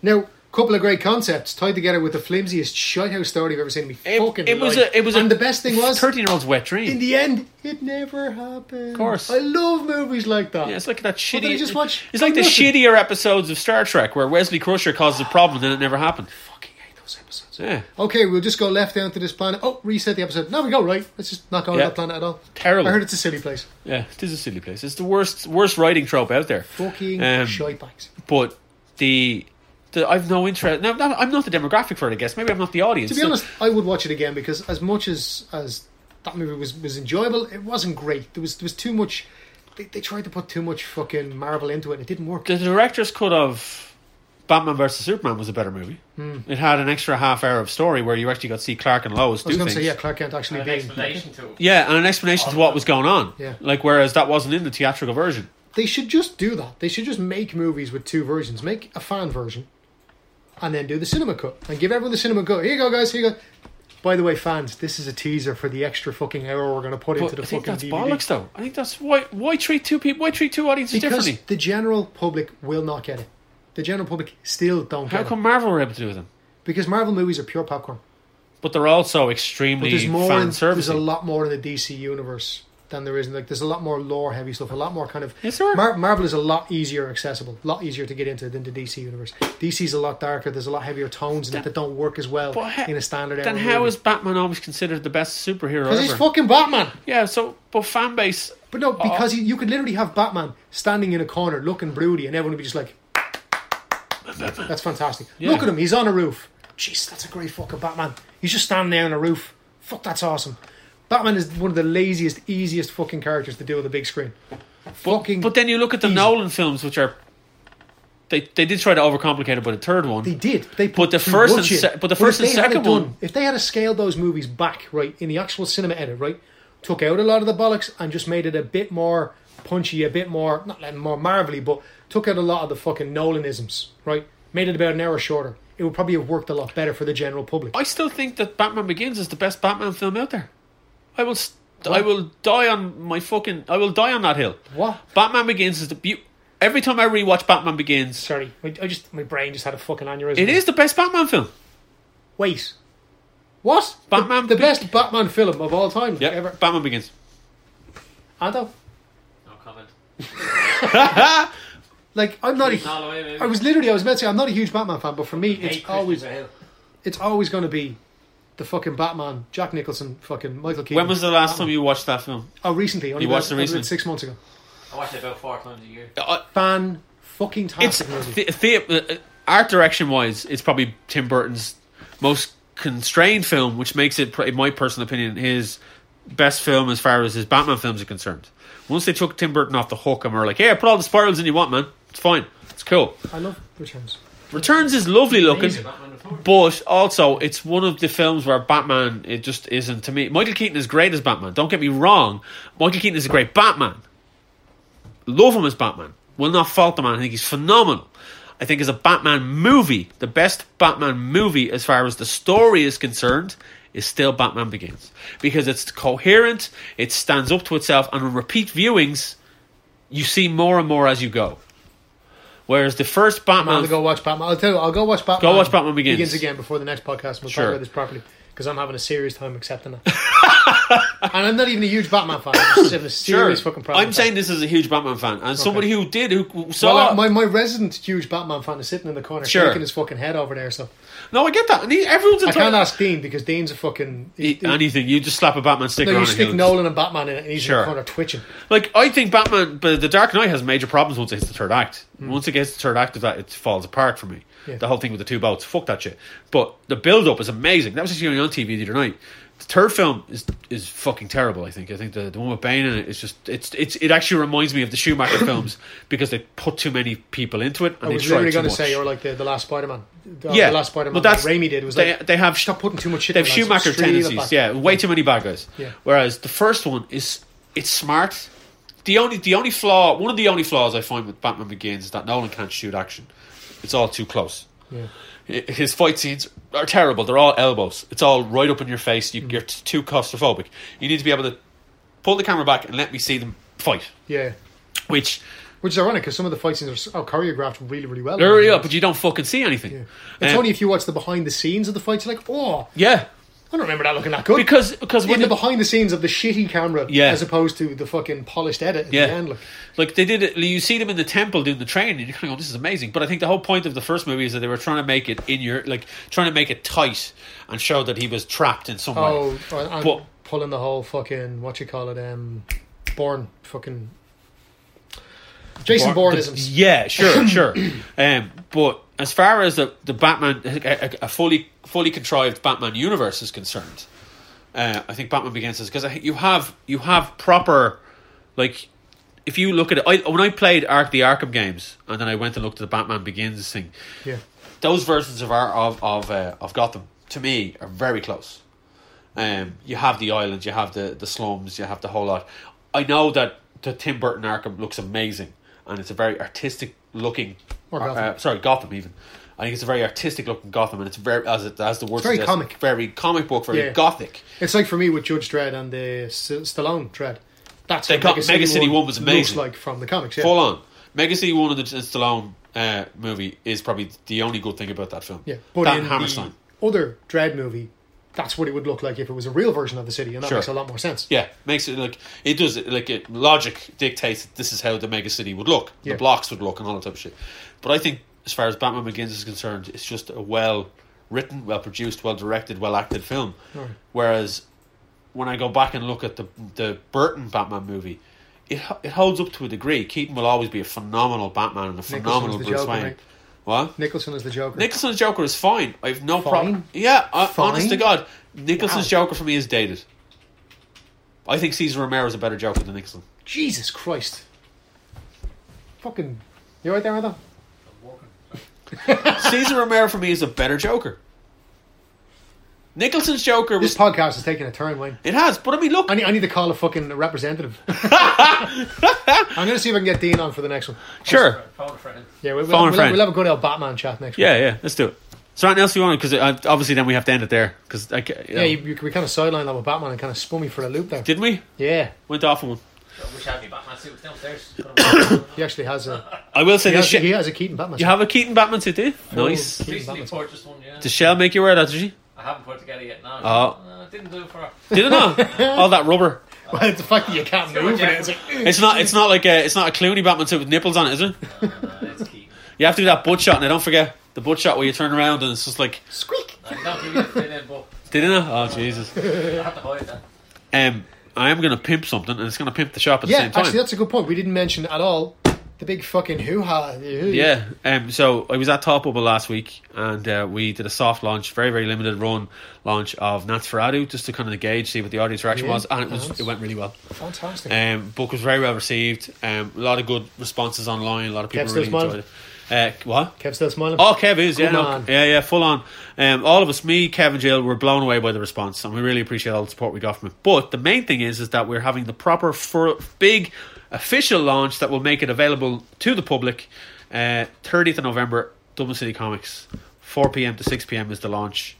Now, couple of great concepts tied together with the flimsiest shithouse story I've ever seen in my It, fucking it was life. a, it was and a the best thing was thirteen year old's wet dream. in the end, it never happened. Of course. I love movies like that. Yeah, it's like that shitty. did I just watch? It's like the Nothing. shittier episodes of Star Trek where Wesley Crusher causes a problem and it never happened. fucking hate those episodes. Yeah, Okay, we'll just go left down to this planet. Oh, reset the episode. No, we go right. Let's just not go Yeah. to that planet at all. terrible. I heard it's a silly place. yeah, it is a silly place. It's the worst worst writing trope out there. Fucking Um, shite bags. but the, the I've no interest. No, not, I'm not the demographic for it. I guess maybe I'm not the audience. To be honest, I would watch it again because as much as as that movie was was enjoyable, it wasn't great. There was there was too much. They, they tried to put too much fucking Marvel into it, and it didn't work. the director's cut of Batman vs Superman was a better movie. It had an extra half hour of story where you actually got to see Clark and Lois Hmm. I do was going things. to say, yeah, Clark Kent actually An being. explanation to it. Yeah, and an explanation to what was going on. Yeah. Like whereas that wasn't in the theatrical version. They should just do that. They should just make movies with two versions. Make a fan version, and then do the cinema cut, and give everyone the cinema cut. Here you go, guys. Here you go. By the way, fans, this is a teaser for the extra fucking hour we're going to put into But the I think fucking that's DVD. bollocks, though. I think that's why. Why treat two people? Why treat two audiences because differently? the general public will not get it. The general public still don't How get it. come Marvel were able to do them? Because Marvel movies are pure popcorn. But they're also But extremely there's more. In, fan there's service. a lot more in the DC universe than there is in like. There's a lot more lore heavy stuff. A lot more kind of. Is there? Mar- Marvel is a lot easier accessible. A lot easier to get into than the DC universe. DC's a lot darker. There's a lot heavier tones in it that don't work as well But how- in a standard. Then hour how movie. is Batman always considered the best superhero? because he's ever? fucking Batman? Yeah, so but fan base. But no, because he, you could literally have Batman standing in a corner looking broody, and everyone would be just like, "That's fantastic! Look at him, he's on a roof. Jeez, that's a great fucking Batman. He's just standing there on a roof. Fuck, that's awesome. Batman is one of the laziest, easiest fucking characters to do on the big screen. fucking, But then you look at the Easy. Nolan films, which are they they did try to overcomplicate it, but the third one they did. They But put the too first much and in. se- but the if first and they had it second done- one- if they had to scale those movies back right in the actual cinema edit, right, took out a lot of the bollocks and just made it a bit more punchy, a bit more not like more marvelly, but took out a lot of the fucking Nolanisms, right, made it about an hour shorter. It would probably have worked a lot better for the general public. I still think that Batman Begins is the best Batman film out there. I will st- I will die on my fucking I will die on that hill. What? Batman Begins is the be- every time I rewatch Batman Begins, Sorry, I I just my brain just had a fucking aneurysm. it is the best Batman film. Wait, what? Batman the, the Be- best Batman film of all time. Yeah, ever. Batman Begins. Anto, No comment. like I'm not a. All the way, baby. I was literally, I was about to say, I'm not a huge Batman fan, but for me, Hey, it's always, Christian Bale. it's always going to be the fucking Batman, Jack Nicholson, fucking Michael Keaton. When was the last time you watched that film? Oh, recently. Only You watched it about- only about recently? Six months ago. I watch it about four times a year. Uh, Fan fucking it's tastic movie. the, the, uh, art direction wise, it's probably Tim Burton's most constrained film, which makes it, pr- in my personal opinion, his best film as far as his Batman films are concerned. Once they took Tim Burton off the hook and were like, "Yeah, put all the spirals in you want, man. It's fine. It's cool." I love Returns. Returns is lovely looking. Amazing, Batman and Thor. But also, it's one of the films where Batman it just isn't to me. Michael Keaton is great as Batman. Don't get me wrong. Michael Keaton is a great Batman. Love him as Batman. Will not fault the man. I think he's phenomenal. I think as a Batman movie, the best Batman movie as far as the story is concerned is still Batman Begins because it's coherent. It stands up to itself, and on repeat viewings, you see more and more as you go. Whereas the first I'm going Batman, to go watch Batman. I'll tell you, I'll go watch Batman. watch Batman Begins. again before the next podcast. and We'll Sure. talk about this properly because I'm having a serious time accepting it. and I'm not even a huge Batman fan. I just have a Sure. serious fucking problem. I'm with saying that. this is a huge Batman fan, and somebody who did who saw. Well, uh, my, my resident huge Batman fan is sitting in the corner Sure. shaking his fucking head over there. So no, I get that. And he, everyone's I can't entitled. ask Dean because Dean's a fucking. He- he- he- Anything you just slap a Batman sticker no, on you it, stick he'll- Nolan and Batman in it, and he's in Sure. the corner twitching. Like I think Batman, but the Dark Knight has major problems once it hits the third act. Once it gets the third act of that, it falls apart for me. Hmm. Yeah. The whole thing with the two boats, fuck that shit. But the build up is amazing. That was actually only on TV the other night. The third film is is fucking terrible. I think. I think the, the one with Bane in it is just it's it's it actually reminds me of the Schumacher films because they put too many people into it. And I they was tried literally too going to much. say, or like the, the last Spider Man. The, yeah, Oh, the last Spider But Man that's that Raimi did was they like, they have stop putting too much shit they have in, lads. Schumacher Straight up tendencies. back. Yeah, way too many bad guys. Yeah. Whereas the first one is it's smart. The only the only flaw one of the only flaws I find with Batman Begins is that Nolan can't shoot action. It's all too close. Yeah. Hi- His fight scenes are terrible. They're all elbows. It's all right up in your face. Mm. You, You're t- too claustrophobic. You need to be able to pull the camera back and let me see them fight. Yeah. Which Which is ironic because some of the fight scenes are, s- are choreographed really, really well. hurry up, but you don't fucking see anything. Yeah. It's Um, only if you watch the behind the scenes of the fights, you're like, oh, yeah, I don't remember that looking that good. because because in when the you- behind the scenes of the shitty camera, Yeah. as opposed to the fucking polished edit at Yeah. the end. Look, Like they did it, you see them in the temple doing the training, and you're kind of going, "This is amazing." But I think the whole point of the first movie is that they were trying to make it in your, like, trying to make it tight and show that he was trapped in some way. oh, and- and But- pulling the whole fucking what you call it, um, Bourne fucking Jason Bourne- the- Bourneisms. yeah, sure, sure. Um, but as far as the, the Batman, a, a- a fully fully contrived Batman universe is concerned, uh, I think Batman Begins is because you have you have proper, like, if you look at it, I, when I played Ark the Arkham games, and then I went and looked at the Batman Begins thing. Yeah, those versions of our of of uh, of Gotham to me are very close. Um, you have the island, you have the the slums, you have the whole lot. I know that the Tim Burton Arkham looks amazing, and it's a very artistic looking. Or uh, Gotham. uh, sorry, Gotham even. I think it's a very artistic looking Gotham, and it's very as it as the word very suggests, comic. very comic book, very Yeah. gothic. it's like for me with Judge Dredd and the S- Stallone Dredd. That's They what got- Mega City One was Looks amazing. like from the comics. Yeah, Full on. Mega City One and the Stallone uh, movie is probably the only good thing about that film. yeah. But but that and in Hammerstein. the other Dredd movie, that's what it would look like if it was a real version of the city, and that Sure. makes a lot more sense. Yeah, makes it like it does. it Like it, logic dictates that this is how the mega city would look, Yeah. the blocks would look, and all that type of shit. But I think, as far as Batman Begins is concerned, it's just a well written, well produced, well directed, well acted film. Alright. Whereas, when I go back and look at the the Burton Batman movie, it ho- it holds up to a degree. Keaton will always be a phenomenal Batman and a phenomenal the Bruce Joker, Wayne. right? What? Nicholson is the Joker. Nicholson's Joker is fine. I have no Fine? problem. Yeah, I, Fine? honest to God, Nicholson's Joker for me is dated. I think Cesar Romero's a better Joker than Nicholson. Jesus Christ. Fucking. You right there, Adam? Cesar Romero for me is a better Joker. Nicholson's Joker This was podcast is taking a turn, Wayne. it has, but I mean, look, I need, I need to call a fucking representative. I'm going to see if I can get Dean on for the next one. sure, Phone a friend. Yeah, we, we'll, Phone we'll, friend. we'll have a good old Batman chat next week. yeah, yeah, let's do it. Is there anything else you want? Because uh, obviously, then we have to end it there. Because you Yeah, know, you, you, we kind of sidelined that with Batman and kind of spun me for a loop there. didn't we? Yeah, Went off on one. I wish I had my Batman suit downstairs. Put 'em on. he actually has a I will say he this has, he shit. has a Keaton Batman. You have a Keaton Batman suit, do you? Nice. Keaton Recently Batman. purchased one, yeah. Does Shell make you wear that? Did she? I haven't put it together yet now. Oh. Uh, didn't do it for Did it not? all that rubber. Well, the fact that you can't Sure, move it, it's Jeff. like, It's not. It's not like a. It's not a Clooney Batman suit with nipples on it, is it? uh, it's key. You have to do that butt shot, and I don't forget the butt shot where you turn around and it's just like, squeak. I don't really fit in, but didn't I? Oh Jesus! I have to hide that. Um, I am gonna pimp something, and it's gonna pimp the shop at the Yeah, same time. actually, that's a good point. We didn't mention at all the big fucking hoo ha. yeah. Um. So I was at Top Bubble last week, and uh, we did a soft launch, very very limited run launch of Nosferatu, just to kind of gauge, see what the audience reaction Yeah, was, and it was nice. it went really well. Fantastic. Um, book was very well received. Um, a lot of good responses online. A lot of people Kev still really enjoyed it. Uh, what? Kev still smiling. Oh, Kev is, yeah, Good no, man. yeah, yeah, full on. Um, all of us, me, Kev, and Jill, were blown away by the response, and we really appreciate all the support we got from it. But the main thing is, is that we're having the proper fir- big official launch that will make it available to the public. uh, Thirtieth of November, Dublin City Comics, four p.m. to six p.m. is the launch,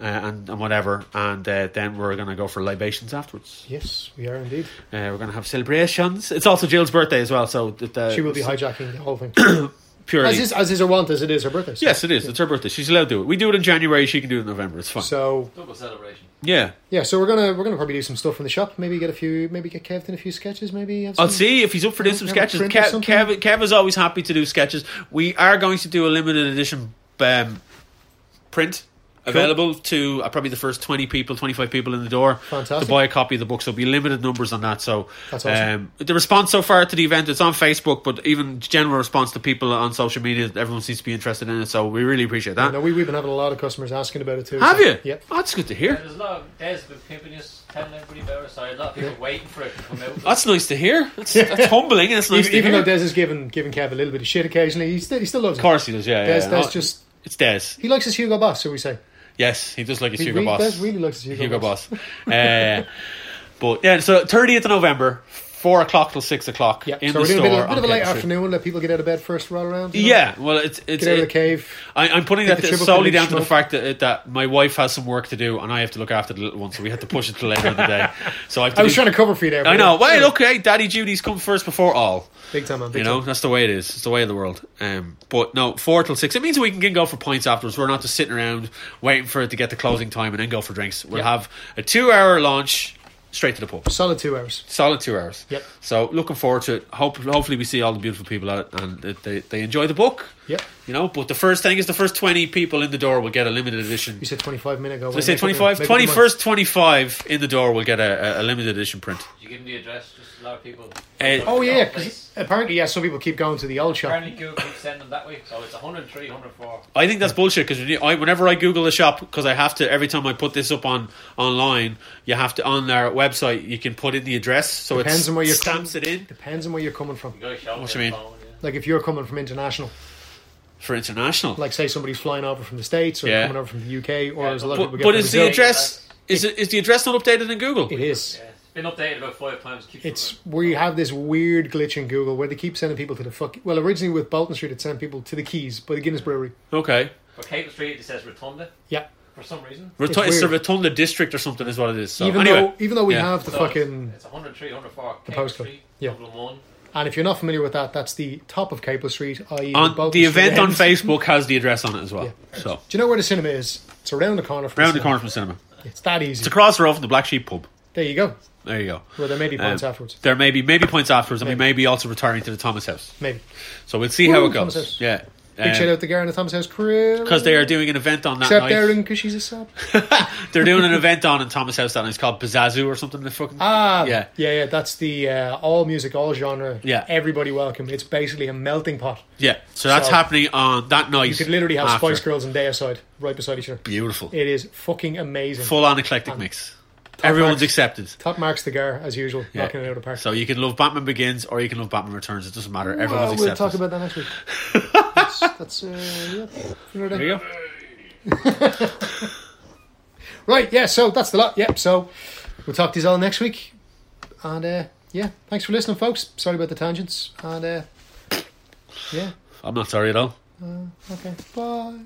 uh, and and whatever, and uh, then we're gonna go for libations afterwards. Yes, we are indeed. Uh, we're gonna have celebrations. It's also Jill's birthday as well, so the, the- She will be hijacking the whole thing. purely. As is, as is her want, as it is her birthday. so- yes, it is. It's her birthday. She's allowed to do it. We do it in January. She can do it in November. It's fine. So Double celebration. yeah, yeah, so we're gonna we're gonna probably do some stuff in the shop. Maybe get a few, maybe get Kev in a few sketches. Maybe have I'll some- Oh, see if he's up for doing some Hmm. Have a sketches. print or Kev, something? Kev, Kev is always happy to do sketches. We are going to do a limited edition um, print available to uh, probably the first 20 people, 25 people in the door Fantastic. to buy a copy of the book. So there'll be limited numbers on that. So That's um, awesome. the response so far to the event, it's on Facebook, but even general response to people on social media, everyone seems to be interested in it. So we really appreciate that. You know, we we've been having a lot of customers asking about it too. Have so- you? Yep. Oh, that's good to Yeah, hear. there's a lot of Des been pimping us, telling everybody about it. Sorry, a lot of people waiting for it to come out. That's nice to hear. That's, that's humbling. and It's nice Even, to even hear. though Des is giving giving Kev a little bit of shit occasionally, he still he still loves of him. course he does. Yeah, Des, yeah. Des Oh, just it's Des. he likes his Hugo Boss, so we say. Yes, he does like his He Hugo really, Boss. Des really likes his Hugo, Hugo Boss. Boss. Uh, but yeah, so 30th of November, 4 o'clock till 6 o'clock Yep. in so the we're doing store. a bit of, bit on of a late Kent Street. afternoon. Let people get out of bed first, roll around. you know? Yeah, well, it's it's. Get out of the it- cave. I, I'm putting Take that the trip up solely the down to the smoke. fact that that my wife has some work to do and I have to look after the little one, so we had to push it to later in the day. So I have to. I was do- trying to cover for you there. I but know. yeah, Wait, okay, daddy duties come first before all. Big time, man. Big You know, that's the way it is. It's the way of the world. Um, but no, four till six. It means we can go for points afterwards. We're not just sitting around waiting for it to get the closing time and then go for drinks. We'll Yep. have a two-hour launch straight to the pub. time. Solid two hours. Solid two hours. Yep. So looking forward to it. Hope, hopefully we see all the beautiful people out and that they, they enjoy the book. Yep. You know, but the first thing is the first 20 people in the door will get a limited edition. You said 25 minute ago. Did I say 25? 21st 25 in the door will get a, a- a limited edition print. Did you give them the address? Just a lot of people. Eh, Oh, yeah, Oh, because please. apparently, yeah, some people keep going to the old shop. Apparently, Google keeps sending them that way. So it's 103, 104. I think that's bullshit because whenever I Google a shop, because I have to every time I put this up on online, you have to on their website you can put in the address, so it Depends on where you're stamps it in Depends on where you're coming from. You go to show What them you the mean? phone, yeah. Like, if you're coming from international, for international. like, say somebody's flying over from the States or Yeah. coming over from the UK, or Yeah, as a lot of but people get but from is Brazil, the address is it, is the address not updated in Google? It is. Yeah, it's been updated about five times. Keeps It's where you have this weird glitch in Google where they keep sending people to the fuck. Well, originally with Bolton Street, it sent people to the Keys by the Guinness Brewery. Okay, For Cable Street, it says Rotunda Yeah. for some reason. Rotu- it's, the weird. Rotunda district or something is what it is. So even anyway, though, even though we Yeah. have the So fucking, It's, it's 103, 104. The Cable postcode, Street, yeah. Dublin 1. and if you're not familiar with that, that's the top of Capel Street, i.e. on Bolton the Street event on ends. Facebook has the address on it as well. Yeah. So Do you know where the cinema is? It's around the corner. From round the corner from the cinema, cinema. It's that easy. it's across the road from the Black Sheep pub. There you go. There you go. Well, there may be points Um, afterwards. There may be maybe points afterwards, and we Maybe. may be also returning to the Thomas House. Maybe. So we'll see how Woo, it goes. Thomas House. Yeah. Big shout out to Garen and Thomas House crew. because they are doing an event on that Except night. Darren because she's a sub. They're doing an event on in Thomas House that night. It's called Pizzazzu or something. The fucking Ah, Yeah. yeah, yeah, yeah. That's the uh, all music, all genre. Yeah. everybody welcome. It's basically a melting pot. yeah. So that's So- happening on that night. You could literally have after. Spice Girls and Deicide right beside each other. Beautiful, It is fucking amazing. full on eclectic mix. Everyone's marks. accepted. Top marks the gar as usual, Yeah. knocking it out of the park. So you can love Batman Begins or you can love Batman Returns. It doesn't matter. Everyone's Well, we'll accepted. talk about that next week. that's, that's uh, yeah. Another there day. you go. Right, yeah, so that's the lot. Yep, so we'll talk to you all next week. And uh, yeah, thanks for listening, folks. Sorry about the tangents. And uh, yeah, I'm not sorry at all. okay, bye.